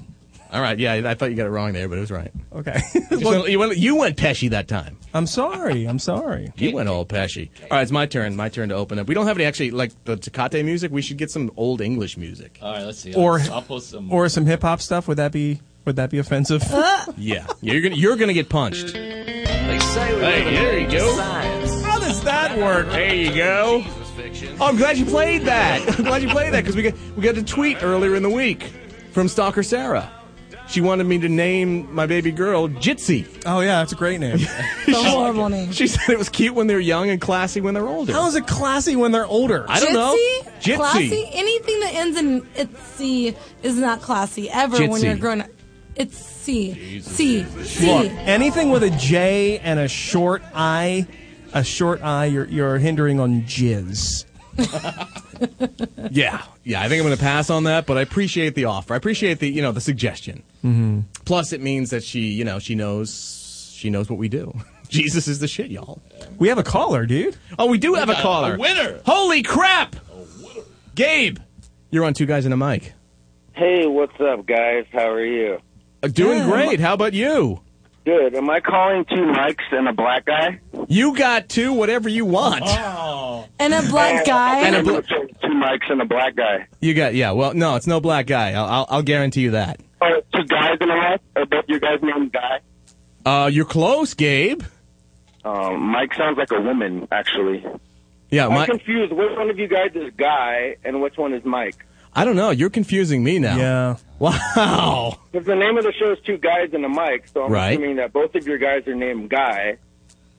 Speaker 7: All right, yeah, I thought you got it wrong there, but it was right.
Speaker 3: Okay.
Speaker 7: Just went- [LAUGHS] you, went, you went Pesci that time.
Speaker 3: I'm sorry. I'm sorry.
Speaker 7: You went all Pesci. All right, it's my turn. My turn to open up. We don't have any actually like the Tecate music. We should get some old English music.
Speaker 9: All right, let's see.
Speaker 3: Or
Speaker 9: I'll, I'll post some.
Speaker 3: or some hip hop stuff. Would that be Would that be offensive?
Speaker 7: [LAUGHS]
Speaker 6: Uh,
Speaker 7: yeah, you're gonna you're gonna get punched.
Speaker 1: They say
Speaker 7: Hey, there you go. How does that work? There you go. Oh, I'm glad you played that. [LAUGHS] I'm glad you played that because we got we got a tweet earlier in the week from Stalker Sarah. She wanted me to name my baby girl Jitsi.
Speaker 3: Oh yeah, that's a great
Speaker 7: [LAUGHS]
Speaker 3: name.
Speaker 6: The horrible name.
Speaker 7: She said it was cute when they're young and classy when they're older.
Speaker 3: How is it classy when they're older?
Speaker 7: I don't know. Jitsi.
Speaker 6: Classy. Anything that ends in itsy is not classy ever when
Speaker 3: Jitsi.
Speaker 6: you're grown up. It's C. C. C.
Speaker 3: Look, anything with a J and a short I, a short I, you're you're hindering on jizz.
Speaker 7: Yeah, yeah. I think I'm going to pass on that, but I appreciate the offer. I appreciate the you know the suggestion.
Speaker 1: Mm-hmm.
Speaker 7: Plus, it means that she you know she knows she knows what we do. [LAUGHS] Jesus is the shit, y'all.
Speaker 3: We have a caller, dude.
Speaker 7: Oh, we do have a
Speaker 1: got a
Speaker 7: caller.
Speaker 1: winner.
Speaker 7: Holy crap! Gabe, you're on two guys and a mic.
Speaker 2: Hey, what's up, guys? How are you?
Speaker 7: Uh, doing great. How about you?
Speaker 2: Good. Am I calling two mics and a black guy?
Speaker 7: You got two, whatever you want.
Speaker 18: Uh-huh.
Speaker 6: And a black guy.
Speaker 2: And a bl- two mics and a black guy.
Speaker 7: You got yeah. Well, no, it's no black guy. I'll I'll, I'll guarantee you that.
Speaker 2: Or two guys and a mic? Or both you guys named Guy?
Speaker 7: Uh, you're close, Gabe.
Speaker 2: Um, Mike sounds like a woman, actually.
Speaker 7: Yeah,
Speaker 2: I'm
Speaker 7: Mike.
Speaker 2: confused. Which one of you guys is Guy and which one is Mike?
Speaker 7: I don't know. You're confusing me now. Yeah. [LAUGHS] Wow.
Speaker 2: Because the name of the show is Two Guys and a Mike, so I'm
Speaker 7: Oh. Right.
Speaker 2: assuming that both of your guys are named Guy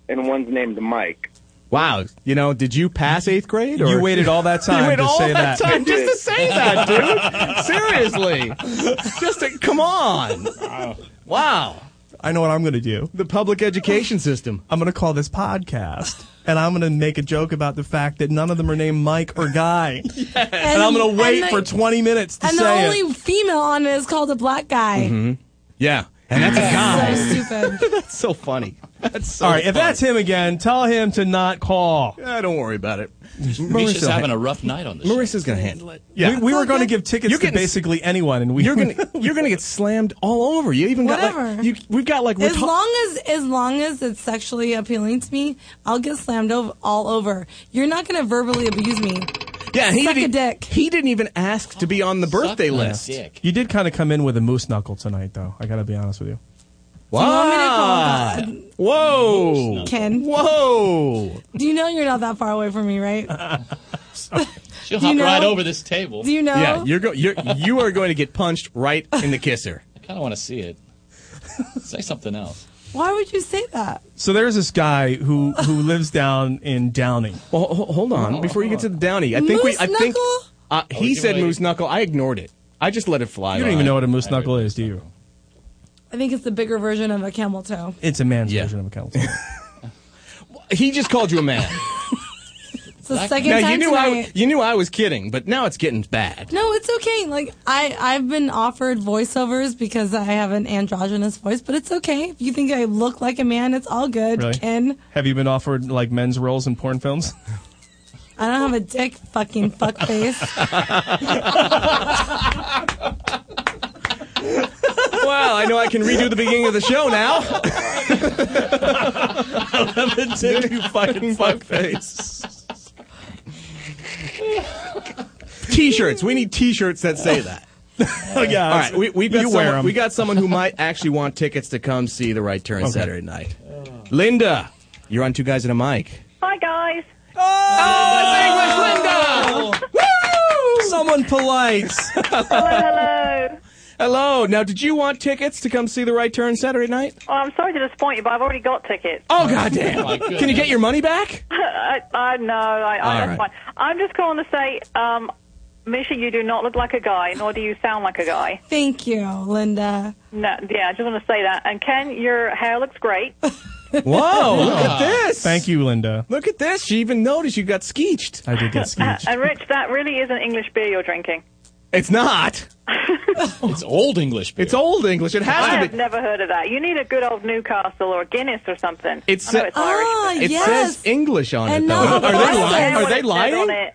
Speaker 2: and one's named Mike.
Speaker 7: Wow. You know, did you pass eighth grade? Or?
Speaker 3: You waited all that
Speaker 7: [LAUGHS]
Speaker 3: time
Speaker 7: you waited
Speaker 3: to
Speaker 7: all
Speaker 3: say
Speaker 7: that, [LAUGHS]
Speaker 3: that.
Speaker 7: time just to say that, dude. [LAUGHS] Seriously. [LAUGHS] Just to, come on. Wow.
Speaker 3: I know what I'm going to do.
Speaker 7: The public education system.
Speaker 3: I'm going to call this podcast, and I'm going to make a joke about the fact that none of them are named Mike or
Speaker 6: [LAUGHS]
Speaker 3: Guy, and, I'm going
Speaker 6: And-
Speaker 3: to wait
Speaker 6: and
Speaker 3: for
Speaker 6: the-
Speaker 3: 20 minutes to
Speaker 6: And the
Speaker 3: say it.
Speaker 6: only female on it is called a black guy.
Speaker 7: Mm-hmm. Yeah. And that's a guy. [LAUGHS]
Speaker 6: Stupid.
Speaker 7: that's so funny. That's so
Speaker 3: All right, if
Speaker 7: funny.
Speaker 3: that's him again, tell him to not call.
Speaker 7: Yeah, don't worry about it.
Speaker 9: Misha's having a rough night on this.
Speaker 7: Marissa's going to handle it. Yeah.
Speaker 3: we, we were going to give tickets
Speaker 7: You're
Speaker 3: to
Speaker 7: getting-
Speaker 3: basically anyone, and we
Speaker 7: You're [LAUGHS]
Speaker 6: [LAUGHS]
Speaker 7: gonna you're gonna get slammed all over. You even got
Speaker 6: Whatever.
Speaker 7: like you, we've got like
Speaker 6: As
Speaker 7: retar-
Speaker 6: long as as long as it's sexually appealing to me, I'll get slammed over all over. You're not going to verbally abuse me.
Speaker 7: Yeah, he
Speaker 6: suck a
Speaker 7: didn't-
Speaker 6: dick.
Speaker 7: He didn't even ask to be on the birthday list.
Speaker 3: You did kind of come in with a moose knuckle tonight, though. I got to be honest with you.
Speaker 7: Wow. Whoa.
Speaker 6: Ken.
Speaker 7: Whoa.
Speaker 6: Do you know you're not that far away from me, right? [LAUGHS]
Speaker 9: She'll
Speaker 6: Do
Speaker 9: hop
Speaker 6: you
Speaker 9: right
Speaker 6: know-
Speaker 9: over this table.
Speaker 6: Do you know?
Speaker 7: Yeah, you're go- you're you are going to get punched right in the kisser.
Speaker 9: [LAUGHS] I kind of want to see it. Say something else.
Speaker 6: Why would you say that?
Speaker 3: So there's this guy who who lives down in Downing.
Speaker 7: Well, hold on. Before you get to the Downey, I think we
Speaker 6: Moose
Speaker 7: I think
Speaker 6: knuckle?
Speaker 7: uh,
Speaker 9: Oh,
Speaker 7: he
Speaker 3: you
Speaker 7: said
Speaker 3: waiting?
Speaker 7: moose knuckle. I ignored it. I just let it fly.
Speaker 3: You don't
Speaker 7: by.
Speaker 3: even know what a moose knuckle is, do you?
Speaker 6: I think it's the bigger version of a camel toe.
Speaker 3: It's a man's version of
Speaker 7: [LAUGHS]
Speaker 3: a camel.
Speaker 7: He just called you a man.
Speaker 6: It's [LAUGHS] the second
Speaker 7: now
Speaker 6: time
Speaker 7: you knew
Speaker 6: tonight.
Speaker 7: I you knew I was kidding, but now it's getting bad.
Speaker 6: No, it's okay. Like I, I've been offered voiceovers because I have an androgynous voice, but it's okay. If you think I look like a man, it's all good.
Speaker 3: Really?
Speaker 6: Ken,
Speaker 3: Have you been offered like men's roles in
Speaker 7: [LAUGHS]
Speaker 3: porn films?
Speaker 6: I don't have a dick, fucking fuckface.
Speaker 7: well, I know I can redo the beginning of the show
Speaker 3: [LAUGHS]
Speaker 7: now. I love it too, you fucking fuckface. t-shirts. We need t-shirts that say that.
Speaker 3: Oh, yeah.
Speaker 7: All right, we, we got
Speaker 3: you
Speaker 7: someone,
Speaker 3: wear 'em.
Speaker 7: we got someone who might actually want tickets to come see the right turn
Speaker 3: Okay.
Speaker 7: Saturday night. Linda, you're on two guys and a mic.
Speaker 4: Hi, guys.
Speaker 7: Oh, that's English Linda. Woo! Someone polite. [LAUGHS]
Speaker 4: hello.
Speaker 7: Hello. Now, did you want tickets to come see the right turn Saturday night?
Speaker 4: Oh, I'm sorry to disappoint you, but I've already got tickets.
Speaker 7: Oh goddamn!
Speaker 4: My goodness.
Speaker 7: Can you get your money back?
Speaker 4: [LAUGHS] I, I no, I, I
Speaker 7: All
Speaker 4: that's
Speaker 7: right.
Speaker 4: fine. I'm just calling to say um, Misha, you do not look like a guy, nor do you sound like a guy.
Speaker 6: [LAUGHS] Thank you, Linda.
Speaker 4: No, yeah, I just want to say that. And Ken, your hair looks great.
Speaker 7: [LAUGHS]
Speaker 6: [LAUGHS]
Speaker 7: Whoa, look at this.
Speaker 3: Ah, Thank you, Linda.
Speaker 7: Look at this. She even noticed you got skeeched.
Speaker 3: I did get
Speaker 4: Uh, and Rich, that really is an English beer you're drinking.
Speaker 7: [LAUGHS] It's not. [LAUGHS] it's old English. It's old English. It has
Speaker 4: I
Speaker 7: to
Speaker 4: have [LAUGHS]
Speaker 7: be.
Speaker 4: never heard of that. You need a good old Newcastle or Guinness or something.
Speaker 7: It,
Speaker 4: I
Speaker 7: sa-
Speaker 4: know Oh, it's
Speaker 6: Ah,
Speaker 4: Irish.
Speaker 7: it
Speaker 4: but-
Speaker 7: says English on
Speaker 4: And
Speaker 7: it, though.
Speaker 4: not
Speaker 7: Are they lying?
Speaker 4: Boston.
Speaker 7: Are they
Speaker 4: On
Speaker 7: lying?
Speaker 4: it.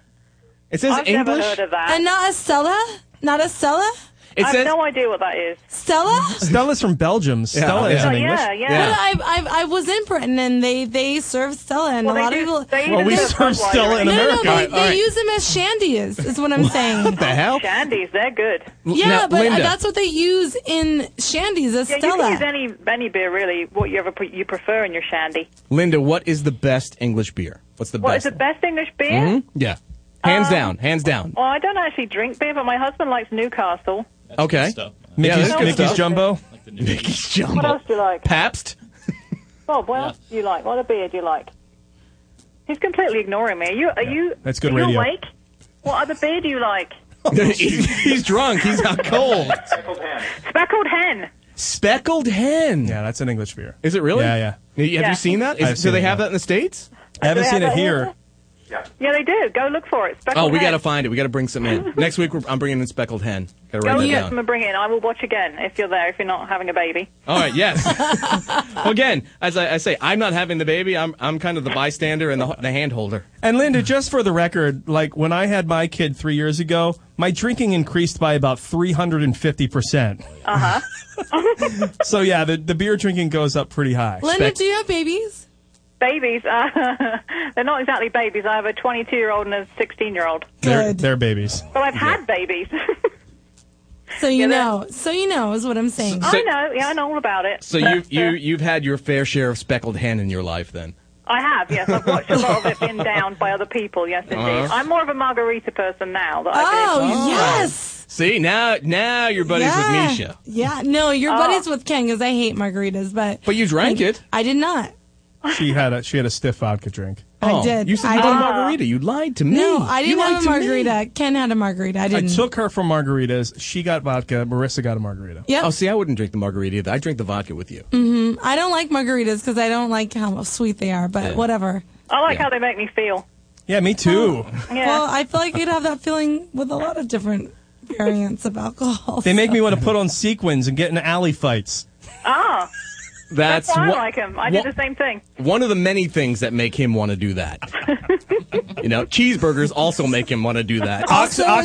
Speaker 7: It says
Speaker 4: I've never
Speaker 7: English.
Speaker 4: heard of that.
Speaker 6: And not a Stella? Not a Stella?
Speaker 7: It
Speaker 4: I
Speaker 7: says-
Speaker 4: have no idea what that is.
Speaker 6: Stella?
Speaker 3: Stella's from Belgium. Stella is
Speaker 4: yeah.
Speaker 3: in
Speaker 4: Oh, yeah,
Speaker 3: [LAUGHS] English.
Speaker 4: yeah.
Speaker 6: But I, I, I was in Britain and they, they serve Stella and
Speaker 4: Well,
Speaker 6: a
Speaker 4: they
Speaker 6: lot
Speaker 4: do-
Speaker 6: of
Speaker 4: they
Speaker 6: people.
Speaker 4: even Well, we do serve Budweiser. Stella in
Speaker 6: no,
Speaker 4: America.
Speaker 6: No,
Speaker 4: All
Speaker 6: no, they,
Speaker 4: right, all
Speaker 6: they
Speaker 4: right.
Speaker 6: use them as shandies, is what I'm saying.
Speaker 4: What
Speaker 7: the hell?
Speaker 4: Shandies, they're good.
Speaker 6: Yeah, but uh, that's what they use in shandies as
Speaker 4: yeah, you
Speaker 6: Stella.
Speaker 4: can use any any beer really. What you ever pre- you prefer in your shandy.
Speaker 7: Linda, what is the best English beer? What's the
Speaker 4: What is
Speaker 7: best?
Speaker 4: the best English beer?
Speaker 7: Mhm. Yeah. Hands
Speaker 4: Um,
Speaker 7: down. Hands down.
Speaker 4: Well, I don't actually drink beer, but my husband likes Newcastle.
Speaker 7: okay. yeah,
Speaker 3: Mickey's,
Speaker 7: that's good
Speaker 3: Mickey's
Speaker 7: stuff.
Speaker 3: Jumbo.
Speaker 7: Mickey's
Speaker 4: What
Speaker 7: Jumbo. [LAUGHS]
Speaker 4: else do you like?
Speaker 7: Pabst.
Speaker 4: [LAUGHS] Bob, what else do you like? What other beer do you like? He's completely ignoring me. Are you are you
Speaker 7: That's good
Speaker 4: are you
Speaker 7: radio.
Speaker 4: awake? What other beer do you like?
Speaker 7: he's, he's drunk. He's out cold.
Speaker 4: Speckled hen.
Speaker 7: Speckled hen.
Speaker 3: Yeah, that's an English beer.
Speaker 7: Is it really?
Speaker 3: Yeah, yeah.
Speaker 7: Have
Speaker 4: Yeah.
Speaker 7: you seen that? Is,
Speaker 3: I've
Speaker 7: do
Speaker 3: seen
Speaker 7: they
Speaker 3: it,
Speaker 7: have
Speaker 3: yeah.
Speaker 7: that in the states?
Speaker 3: I haven't
Speaker 4: Do they
Speaker 3: seen
Speaker 4: have
Speaker 3: it
Speaker 4: that
Speaker 3: here.
Speaker 4: Yeah, they do. Go look for it. Speckled
Speaker 7: Oh, we
Speaker 4: hen.
Speaker 7: got to find it. We got to bring some
Speaker 6: [LAUGHS]
Speaker 7: in. Next week, we're, I'm bringing in speckled hen. Got to
Speaker 4: Go
Speaker 6: Oh,
Speaker 7: write
Speaker 4: look
Speaker 7: that
Speaker 4: at them
Speaker 7: down.
Speaker 4: and bring it in. I will watch again if you're there. If you're not having a baby.
Speaker 7: All right. Yes. [LAUGHS] Again, as I, I say, I'm not having the baby. I'm I'm kind of the bystander and the, the hand holder.
Speaker 3: And Linda, just for the record, like when I had my kid three years ago, my drinking increased by about 350%.
Speaker 4: Uh huh.
Speaker 3: [LAUGHS] so yeah, the, the beer drinking goes up pretty high.
Speaker 6: Linda, do you have babies?
Speaker 4: babies. Uh, [LAUGHS] they're not exactly babies. I have a 22 year old and a 16 year old.
Speaker 3: They're, they're babies.
Speaker 4: But I've had babies. [LAUGHS]
Speaker 6: So you know. So you know is what I'm saying.
Speaker 4: I know. Yeah, I know all about it.
Speaker 7: So
Speaker 6: [LAUGHS]
Speaker 7: you you you've had your fair share of speckled hen in your life, then.
Speaker 4: I have, yes. I've watched a lot of it being down by other people, yes, indeed.
Speaker 7: Uh-huh.
Speaker 4: I'm more of a margarita person now. That
Speaker 6: Oh,
Speaker 4: I've been
Speaker 6: yes.
Speaker 7: See now now you're buddies
Speaker 6: yeah.
Speaker 7: with Misha.
Speaker 6: Yeah. No, your
Speaker 4: Oh.
Speaker 6: buddies with Ken because I hate margaritas, but
Speaker 7: But you drank it.
Speaker 6: I did not.
Speaker 3: She had a she had a stiff vodka drink.
Speaker 6: I Oh, did.
Speaker 7: You said
Speaker 6: I
Speaker 7: you had a
Speaker 6: did.
Speaker 7: margarita. You lied to me.
Speaker 6: No, I
Speaker 7: You
Speaker 6: didn't have a
Speaker 7: lied to me.
Speaker 6: margarita. Ken had a margarita. I
Speaker 3: I
Speaker 6: didn't.
Speaker 3: took her for margaritas. She got vodka. Marissa got a margarita.
Speaker 6: Yep.
Speaker 7: Oh, see, I wouldn't drink the margarita. either. I drink the vodka with you.
Speaker 6: hmm I don't like margaritas because I don't like how sweet they are, but
Speaker 7: Yeah.
Speaker 6: whatever.
Speaker 4: I like how they make me feel.
Speaker 3: Yeah, me too.
Speaker 6: Well, I feel like you'd have that feeling with a lot of different variants of alcohol.
Speaker 3: They make me want to put on sequins and get in alley fights.
Speaker 4: Ah,
Speaker 7: That's,
Speaker 4: why
Speaker 7: what-
Speaker 4: I like him. I
Speaker 7: what-
Speaker 4: did the same thing.
Speaker 7: one of the many things that make him want to do
Speaker 6: [LAUGHS]
Speaker 7: that. you know, cheeseburgers also make him want to do that.
Speaker 6: Also, a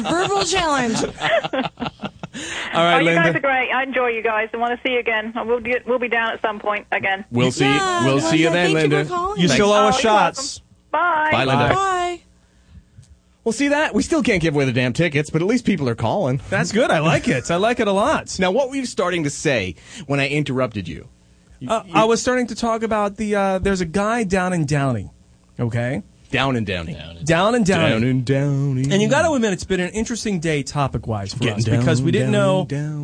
Speaker 7: [LAUGHS]
Speaker 6: verbal challenge.
Speaker 7: All right,
Speaker 4: oh, you guys are
Speaker 7: Linda.
Speaker 4: great. I enjoy you guys and want to see you again. I will do, we'll be down at some point again.
Speaker 7: We'll see.
Speaker 3: Yeah,
Speaker 7: we'll see you
Speaker 3: Linda,
Speaker 7: then,
Speaker 3: thank you
Speaker 7: Linda.
Speaker 3: for calling. You still owe
Speaker 4: Oh,
Speaker 3: us
Speaker 4: you're
Speaker 3: shots.
Speaker 4: Bye.
Speaker 7: Bye, Linda.
Speaker 6: Bye.
Speaker 7: Well, see that we still can't give away the damn tickets, but at least people are calling.
Speaker 3: That's good. I like it. I like it a lot.
Speaker 7: Now, what were you starting to say when I interrupted you?
Speaker 3: [LAUGHS] Uh, I was starting to talk about the. Uh, there's a guy down in Downey, okay,
Speaker 7: Down and downy.
Speaker 3: down in Downey,
Speaker 7: Down and downy.
Speaker 3: and you got to admit it's been an interesting day topic wise for
Speaker 7: Getting
Speaker 3: us
Speaker 7: down,
Speaker 3: because we didn't
Speaker 7: down,
Speaker 3: know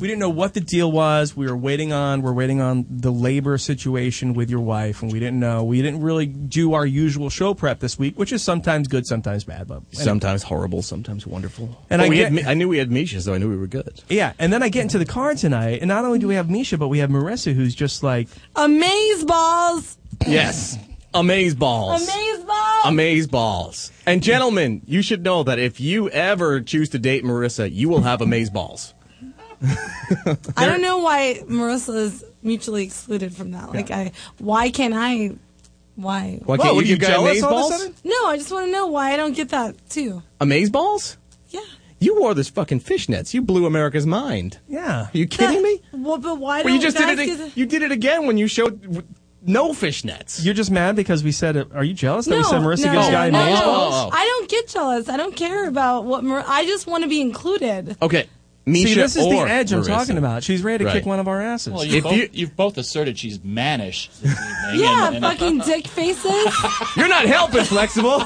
Speaker 7: we
Speaker 3: didn't know what the deal was. We were waiting on we're waiting on the labor situation with your wife, and we didn't know. We didn't really do our usual show prep this week, which is sometimes good, sometimes bad, but anyway.
Speaker 7: sometimes horrible, sometimes wonderful. But
Speaker 3: And I
Speaker 7: we had
Speaker 3: get-
Speaker 7: Mi- I knew we had Misha, so I knew we were good.
Speaker 3: Yeah, and then I get into the car tonight, and not only do we have Misha, but we have Marissa, who's just like
Speaker 6: Amaze balls.
Speaker 7: Yes, amaze balls.
Speaker 6: Amaze balls.
Speaker 7: Amaze balls. And gentlemen, you should know that if you ever choose to date Marissa, you will have amaze balls.
Speaker 6: I don't know why Marissa is mutually excluded from that. Like, I why can't I? Why?
Speaker 7: Why can't you,
Speaker 3: Whoa, are you
Speaker 7: give guy
Speaker 3: jealous
Speaker 7: amaze
Speaker 3: all of a
Speaker 7: balls?
Speaker 3: sudden?
Speaker 6: No, I just want to know why I don't get that too.
Speaker 7: Amaze balls?
Speaker 6: Yeah.
Speaker 7: You wore this fucking fishnets. You blew America's mind.
Speaker 3: Yeah.
Speaker 7: Are you kidding me?
Speaker 6: Well, but why
Speaker 7: Well,
Speaker 6: don't
Speaker 7: you just
Speaker 6: guys
Speaker 7: did it.
Speaker 6: get-
Speaker 7: You did it again when you showed w- no fishnets.
Speaker 3: You're just mad because we said, "Are you jealous that we said Marissa
Speaker 6: no,
Speaker 3: gives guy
Speaker 6: no, Oh,
Speaker 3: amaze
Speaker 6: no.
Speaker 3: balls?"
Speaker 6: I don't get jealous. I don't care about what. Mar- I just want to be included.
Speaker 3: Oh.
Speaker 7: Okay.
Speaker 3: See,
Speaker 7: Misha
Speaker 3: this is
Speaker 7: or
Speaker 3: the edge I'm
Speaker 7: Marissa.
Speaker 3: talking about. She's ready to
Speaker 7: Right.
Speaker 3: kick one of our asses.
Speaker 9: Well, you
Speaker 7: If
Speaker 9: both,
Speaker 7: you-
Speaker 9: you, have both asserted she's
Speaker 7: [LAUGHS]
Speaker 9: mannish. This evening,
Speaker 6: Yeah,
Speaker 9: and- and-
Speaker 6: fucking dick faces.
Speaker 3: [LAUGHS]
Speaker 7: You're not helping, flexible.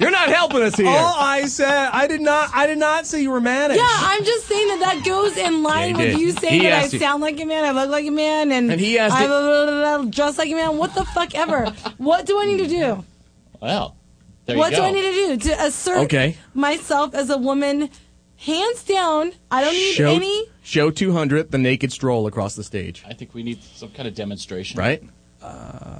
Speaker 7: You're not helping us here.
Speaker 6: [LAUGHS] Oh,
Speaker 3: All I said, I did not, I did not say you were manish.
Speaker 6: Yeah, I'm just saying that that goes in line
Speaker 7: Yeah, he
Speaker 6: with
Speaker 7: did.
Speaker 6: you saying
Speaker 7: He
Speaker 6: that I
Speaker 7: asked you-
Speaker 6: sound like a man, I look like a man, and,
Speaker 7: And he asked
Speaker 6: I
Speaker 7: it-
Speaker 6: blah, blah, blah, blah, dress like a man. What the fuck ever? what do I need to do?
Speaker 9: [LAUGHS] well, There
Speaker 6: what
Speaker 9: you
Speaker 6: do
Speaker 9: go.
Speaker 6: I need to do to assert
Speaker 7: Okay.
Speaker 6: myself as a woman? Hands down, I don't need
Speaker 7: Show,
Speaker 6: any.
Speaker 7: show 200 the naked stroll across the stage.
Speaker 9: I think we need some kind of demonstration.
Speaker 7: Right? Uh, [LAUGHS]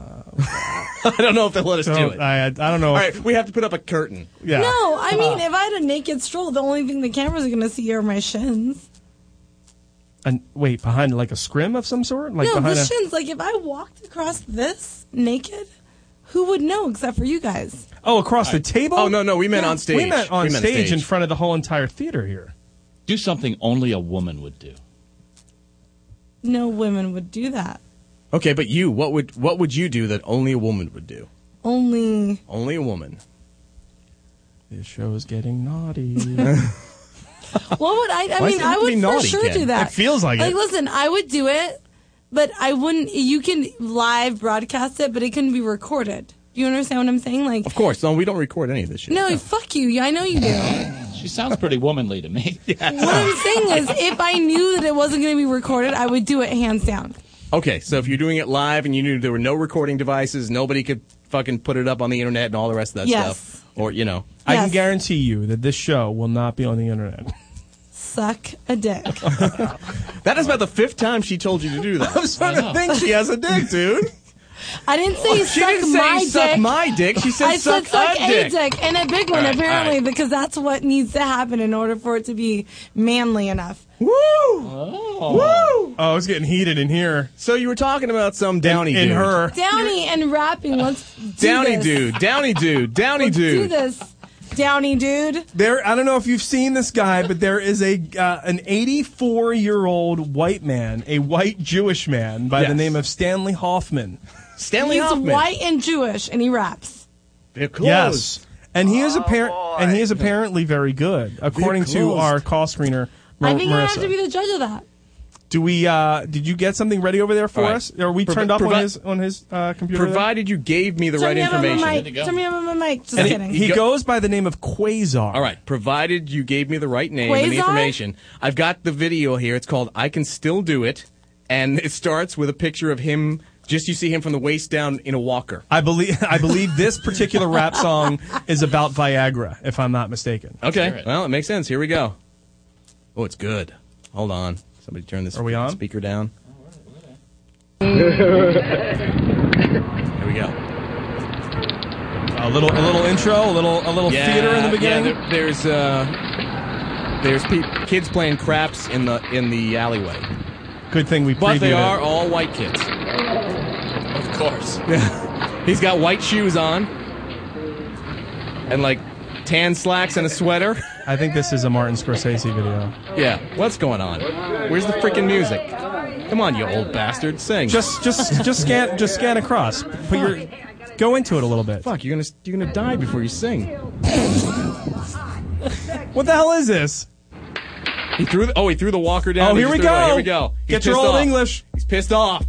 Speaker 7: I don't know if they'll let us do
Speaker 3: Don't-
Speaker 7: it.
Speaker 3: I, I don't know.
Speaker 7: All right, we have to put up a curtain.
Speaker 3: Yeah.
Speaker 6: No, I mean, if I had a naked stroll, the only thing the cameras are going to see are my shins.
Speaker 3: And wait, behind like a scrim of some sort, like
Speaker 6: no,
Speaker 3: behind
Speaker 6: the
Speaker 3: a.
Speaker 6: shins. Like, if I walked across this naked, who would know except for you guys?
Speaker 3: Oh, across the table?
Speaker 7: Oh, no, no, we meant on stage.
Speaker 3: We meant on
Speaker 7: We meant
Speaker 3: stage,
Speaker 7: stage.
Speaker 3: in front of the whole entire
Speaker 7: [LAUGHS]
Speaker 3: theater here.
Speaker 9: Do something only a woman would do.
Speaker 6: No women would do that.
Speaker 7: Okay, but you, what would what would you do that only a woman would do?
Speaker 6: Only.
Speaker 7: Only a woman. This show is getting
Speaker 6: [LAUGHS]
Speaker 7: naughty.
Speaker 6: What would I? I
Speaker 7: Why does it
Speaker 6: mean,
Speaker 7: have
Speaker 6: I
Speaker 7: to
Speaker 6: would
Speaker 7: be
Speaker 6: for
Speaker 7: naughty,
Speaker 6: sure
Speaker 7: Ken?
Speaker 6: do that.
Speaker 7: It feels like
Speaker 6: Like,
Speaker 7: it.
Speaker 6: listen, I would do it, but I wouldn't. You can live broadcast it, but it couldn't be recorded. Do you understand what I'm saying? Like,
Speaker 7: of course, no, we don't record any of this shit.
Speaker 6: no, fuck you. Yeah, I know you do.
Speaker 9: She sounds pretty womanly to me.
Speaker 6: [LAUGHS] What I'm saying is, if I knew that it wasn't going to be recorded, I would do it hands down.
Speaker 7: Okay, so if you're doing it live and you knew there were no recording devices, nobody could fucking put it up on the internet and all the rest of that
Speaker 6: Yes.
Speaker 7: stuff. Or, you know.
Speaker 3: I can guarantee you that this show will not be on the internet.
Speaker 6: Suck a
Speaker 7: [LAUGHS]
Speaker 6: dick.
Speaker 7: That is about the fifth time she told you to do that. [LAUGHS] I'm
Speaker 6: starting to think she
Speaker 7: has a dick,
Speaker 9: [LAUGHS]
Speaker 7: dude.
Speaker 6: I didn't say
Speaker 7: Oh,
Speaker 6: you
Speaker 7: she
Speaker 6: suck
Speaker 7: didn't say
Speaker 6: my
Speaker 7: you
Speaker 6: dick.
Speaker 7: suck my dick. She said
Speaker 6: I
Speaker 7: suck
Speaker 6: said suck
Speaker 7: a
Speaker 6: a
Speaker 7: dick.
Speaker 6: and a big one
Speaker 7: All right,
Speaker 6: apparently
Speaker 7: all right.
Speaker 6: because that's what needs to happen in order for it to be manly enough.
Speaker 7: Woo! Woo!
Speaker 3: Oh, it's getting heated in here.
Speaker 7: So you were talking about some Downey
Speaker 3: in
Speaker 7: dude.
Speaker 3: her.
Speaker 6: Downy and rapping. Let's do
Speaker 7: Downey
Speaker 6: this.
Speaker 7: dude, Downey dude, Downey
Speaker 6: Do
Speaker 7: dude.
Speaker 6: this, Downey dude.
Speaker 3: There, I don't know if you've seen this guy, but there is a uh, an 84 year old white man, a white Jewish man by the
Speaker 7: Yes.
Speaker 3: name of Stanley Hoffman.
Speaker 7: Stanley
Speaker 6: He's white and Jewish, and he raps.
Speaker 3: Yes, and he
Speaker 6: Oh,
Speaker 3: is apparent, and he is apparently very good, according to
Speaker 6: closed.
Speaker 3: our call screener. Mar-
Speaker 6: I think I
Speaker 3: Marissa.
Speaker 6: have to be the judge of that.
Speaker 3: Do we? Uh, did you get something ready over there for
Speaker 7: All right.
Speaker 3: us? Are we
Speaker 7: Provi-
Speaker 3: turned up
Speaker 7: provi-
Speaker 3: on his on his uh, computer? there?
Speaker 7: Provided you gave me the
Speaker 6: Turn
Speaker 7: right
Speaker 6: me up on my
Speaker 7: information.
Speaker 6: mic. Turn me up on my mic. Just
Speaker 7: And he-
Speaker 6: kidding.
Speaker 3: He
Speaker 7: Go-
Speaker 3: goes by the name of Quasar.
Speaker 7: All right, provided you gave me the right name and the
Speaker 6: Quasar?
Speaker 7: information. I've got the video here. It's called I Can Still Do It, and it starts with a picture of him, just you see him from the waist down in a walker.
Speaker 3: I believe [LAUGHS] I believe this particular rap song is about Viagra, if I'm not mistaken.
Speaker 7: Okay, well, it makes sense. Here we go. Oh, it's good. Hold on. Somebody turn this speaker down. Here we go.
Speaker 3: A little a little intro, a little a little
Speaker 7: Yeah,
Speaker 3: theater in the beginning.
Speaker 7: Yeah, there, there's uh, there's pe- kids playing craps in the in the alleyway,
Speaker 3: Good thing we
Speaker 7: but they
Speaker 3: previewed
Speaker 7: are
Speaker 3: it.
Speaker 7: all white kids.
Speaker 9: Of course.
Speaker 7: Yeah, he's got white shoes on and like tan slacks and a sweater.
Speaker 3: I think this is a Martin Scorsese video.
Speaker 7: Yeah, what's going on? Where's the freaking music? Come on, you old bastard, sing.
Speaker 3: Just just just scan just scan across. Put your go into it a little bit.
Speaker 7: Fuck, you're gonna you're gonna die before you sing.
Speaker 3: What the hell is this?
Speaker 7: He threw the, oh he threw the walker down.
Speaker 3: Oh,
Speaker 7: He
Speaker 3: here
Speaker 7: just
Speaker 3: we
Speaker 7: threw it away. Here we
Speaker 3: go.
Speaker 7: go. He's
Speaker 3: Get your
Speaker 7: pissed
Speaker 3: old
Speaker 7: off.
Speaker 3: English.
Speaker 7: He's pissed off.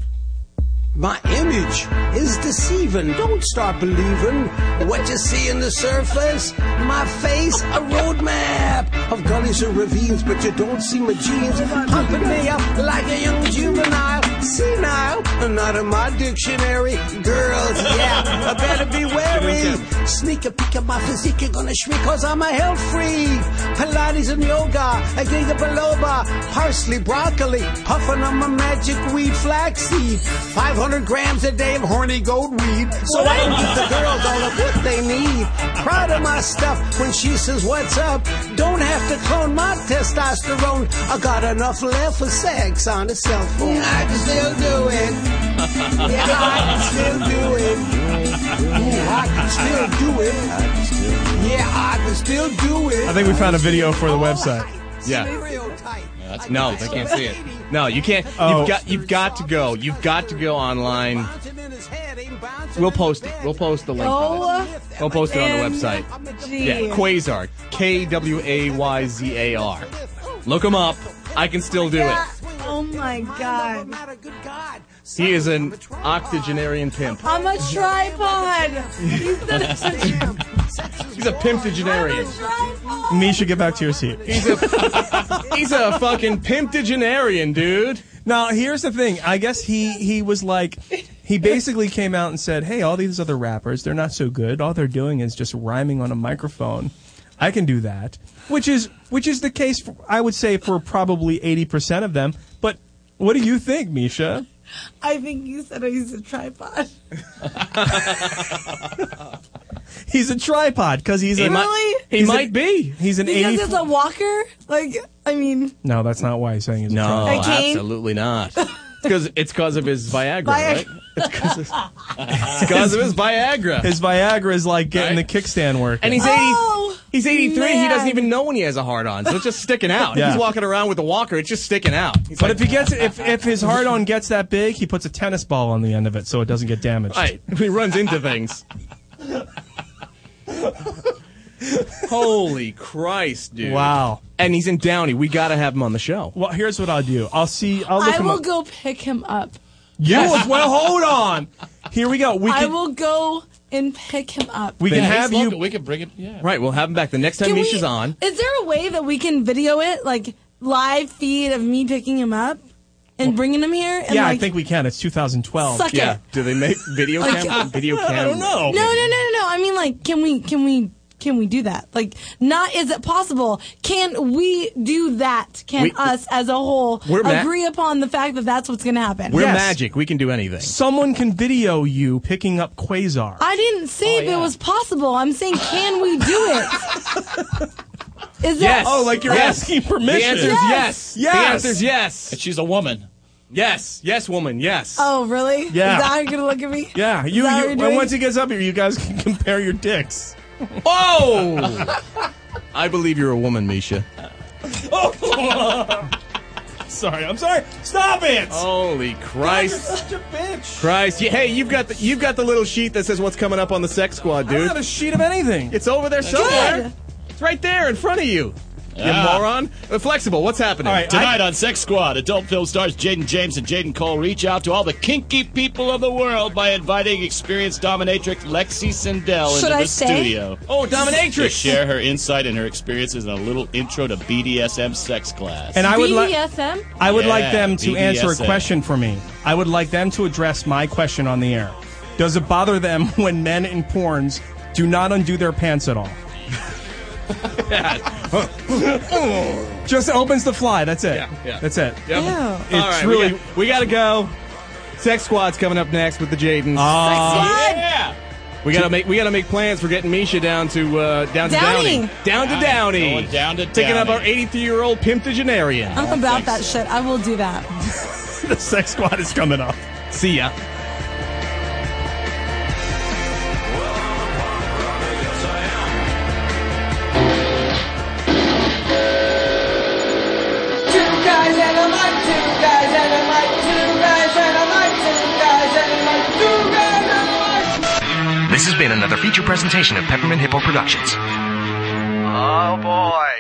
Speaker 5: My image is deceiving. Don't start believing what you see in the surface. My face, a roadmap of gullies and ravines, but you don't see my genes pumping me up like a young juvenile. Senile, not in my dictionary. Girls, yeah, I better be wary. Sneak a peek at my physique, you're gonna shriek, cause I'm a health freak. Pilates and yoga, I get the biloba, parsley, broccoli, puffing on my magic weed, flaxseed. 500 grams a day of horny goat weed, so I can give the girls all of what they need. Proud of my stuff when she says, What's up? Don't have to clone my testosterone. I got enough left for sex on the cell phone. I can still do it. Yeah, I can still do it. Yeah, I can still do it. Yeah, I can still do it.
Speaker 3: I think we found a video for the website.
Speaker 7: Yeah. No, they can't see it. No, you can't.
Speaker 3: Oh.
Speaker 7: You've got you've got to go. You've got to go online. We'll post it. We'll post the link.
Speaker 6: Oh,
Speaker 7: We'll post it on the website.
Speaker 6: gee.
Speaker 7: Yeah, [LAUGHS] Quasar. K W A Y Z A R. Look him up. I can still do it.
Speaker 6: Oh my god.
Speaker 7: He is an octogenarian pimp.
Speaker 6: I'm a tripod. He's such a
Speaker 7: He's a pimptogenarian.
Speaker 3: Misha, get back to your seat.
Speaker 7: He's [LAUGHS] a he's a fucking pimptogenarian, dude.
Speaker 3: Now here's the thing. I guess he he was like
Speaker 7: [LAUGHS]
Speaker 3: He basically came out and said, "Hey, all these other rappers, they're not so good. All they're doing is just rhyming on a microphone. I can do that." Which is which is the case for, I would say for probably 80% of them. But what do you think, Misha?
Speaker 6: I think you said I used a tripod.
Speaker 3: He's a tripod cuz he's
Speaker 6: He
Speaker 3: a
Speaker 6: might- he
Speaker 3: he's
Speaker 6: might
Speaker 3: an- He's an
Speaker 6: because
Speaker 3: 80
Speaker 6: it's a walker. Like, I mean,
Speaker 3: No, that's not why he's saying he's a
Speaker 7: No,
Speaker 3: tripod.
Speaker 6: Okay.
Speaker 7: absolutely not. Because it's because of his Viagra,
Speaker 6: Viagra.
Speaker 7: right? It's because of his Viagra.
Speaker 3: His Viagra is like getting the kickstand work.
Speaker 7: And he's 80,
Speaker 6: Oh,
Speaker 7: he's 83. He
Speaker 3: man.
Speaker 7: doesn't even know when he has a hard on, so it's just sticking out.
Speaker 3: Yeah.
Speaker 7: He's walking around with a walker. It's just sticking out. He's
Speaker 3: But if he gets if if
Speaker 6: [LAUGHS]
Speaker 3: his hard on gets that big, he puts a tennis ball on the end of it so it doesn't get damaged.
Speaker 7: right. [LAUGHS] He runs into
Speaker 3: [LAUGHS]
Speaker 7: things. [LAUGHS] Holy Christ, dude!
Speaker 3: Wow.
Speaker 7: And he's in Downey. We got to have him on the show.
Speaker 3: Well, here's what I'll do. I'll see. I'll
Speaker 6: I will go pick him up.
Speaker 3: You as well. Hold on. Here we go. We
Speaker 6: I
Speaker 3: can
Speaker 6: will go and pick him up.
Speaker 7: We can have you.
Speaker 9: We can bring it. Yeah.
Speaker 7: Right. We'll have him back the next time
Speaker 6: Can we-
Speaker 7: Misha's
Speaker 6: [LAUGHS]
Speaker 7: on.
Speaker 6: Is there a way that we can video it, like live feed of me picking him up and bringing him here? And
Speaker 3: Yeah,
Speaker 6: like,
Speaker 3: I think we can. It's 2012.
Speaker 6: Suck
Speaker 7: yeah.
Speaker 6: it.
Speaker 7: Do they make video
Speaker 6: Like, [LAUGHS]
Speaker 7: cam? video cam?
Speaker 3: I don't
Speaker 6: No, no, no, no,
Speaker 3: know.
Speaker 6: no. I mean, like, can we, can we, can we do that? Like, not is it possible? Can we do that? Can
Speaker 7: We-
Speaker 6: us as a whole
Speaker 7: We're ma-
Speaker 6: agree upon the fact that that's what's going to happen?
Speaker 7: We're magic. We can do anything.
Speaker 3: Someone can video you picking
Speaker 7: [LAUGHS]
Speaker 3: up Quasar.
Speaker 6: I didn't say
Speaker 7: Oh,
Speaker 6: if it was possible. I'm saying, can we do it?
Speaker 7: [LAUGHS]
Speaker 6: Is that?
Speaker 3: Oh, like you're
Speaker 7: Yes.
Speaker 3: asking permission.
Speaker 7: The answer is yes.
Speaker 3: Yes.
Speaker 7: The answer is yes.
Speaker 9: she's a woman.
Speaker 7: Yes. Yes, woman. Yes.
Speaker 6: Oh, really?
Speaker 3: Yeah.
Speaker 6: Is that how you're gonna look at me?
Speaker 3: [LAUGHS] Yeah, you.
Speaker 6: Is that what
Speaker 3: you
Speaker 6: you're
Speaker 3: and
Speaker 6: doing?
Speaker 3: once he gets up here, you guys [LAUGHS] can compare your dicks.
Speaker 7: Oh! [LAUGHS] I believe you're a woman, Misha. Oh.
Speaker 3: [LAUGHS] sorry, I'm sorry. Stop it!
Speaker 7: Holy Oh, Christ.
Speaker 3: such a bitch.
Speaker 7: Christ. Yeah, hey, you've got the you've got the little sheet that says what's coming up on the sex squad,
Speaker 3: I
Speaker 7: dude.
Speaker 3: don't have a sheet of anything.
Speaker 7: It's over there somewhere. It's right there in front of you.
Speaker 9: Yeah.
Speaker 7: You moron. Uh, Flexible, what's happening?
Speaker 9: Tonight on Sex Squad, adult film stars Jaden James and Jaden Cole reach out to all the kinky people of the world by inviting experienced dominatrix Lexi Sindel
Speaker 6: Should
Speaker 9: into
Speaker 6: I
Speaker 9: the
Speaker 6: stay?
Speaker 9: studio.
Speaker 7: Oh, dominatrix.
Speaker 9: To share her insight and her experiences in a little intro to BDSM sex class.
Speaker 3: And I would like-
Speaker 6: BDSM?
Speaker 3: I would
Speaker 9: Yeah,
Speaker 3: like them to answer a
Speaker 9: BDSM.
Speaker 3: question for me. I would like them to address my question on the air. Does it bother them [LAUGHS] when men in porns do not undo their pants at all?
Speaker 7: [LAUGHS]
Speaker 3: Just opens the fly. That's it.
Speaker 7: Yeah, yeah.
Speaker 3: That's it.
Speaker 7: Yep.
Speaker 3: It's
Speaker 7: All right,
Speaker 3: really.
Speaker 7: we, got, we gotta go. Sex squad's coming up next with the Jadens.
Speaker 3: Ah.
Speaker 9: Yeah.
Speaker 7: We gotta make we gotta make plans for getting Misha down to uh, down to
Speaker 6: Downey.
Speaker 7: Downey, down to
Speaker 9: Yeah,
Speaker 7: Downey,
Speaker 9: going down to
Speaker 7: picking up
Speaker 9: Downey.
Speaker 7: our 83 year old pimptogenarian.
Speaker 6: I'm
Speaker 7: [LAUGHS]
Speaker 6: about that shit. I will do that.
Speaker 3: the sex squad is coming up.
Speaker 7: See ya.
Speaker 8: This has been another feature presentation of Peppermint Hippo Productions.
Speaker 11: Oh boy.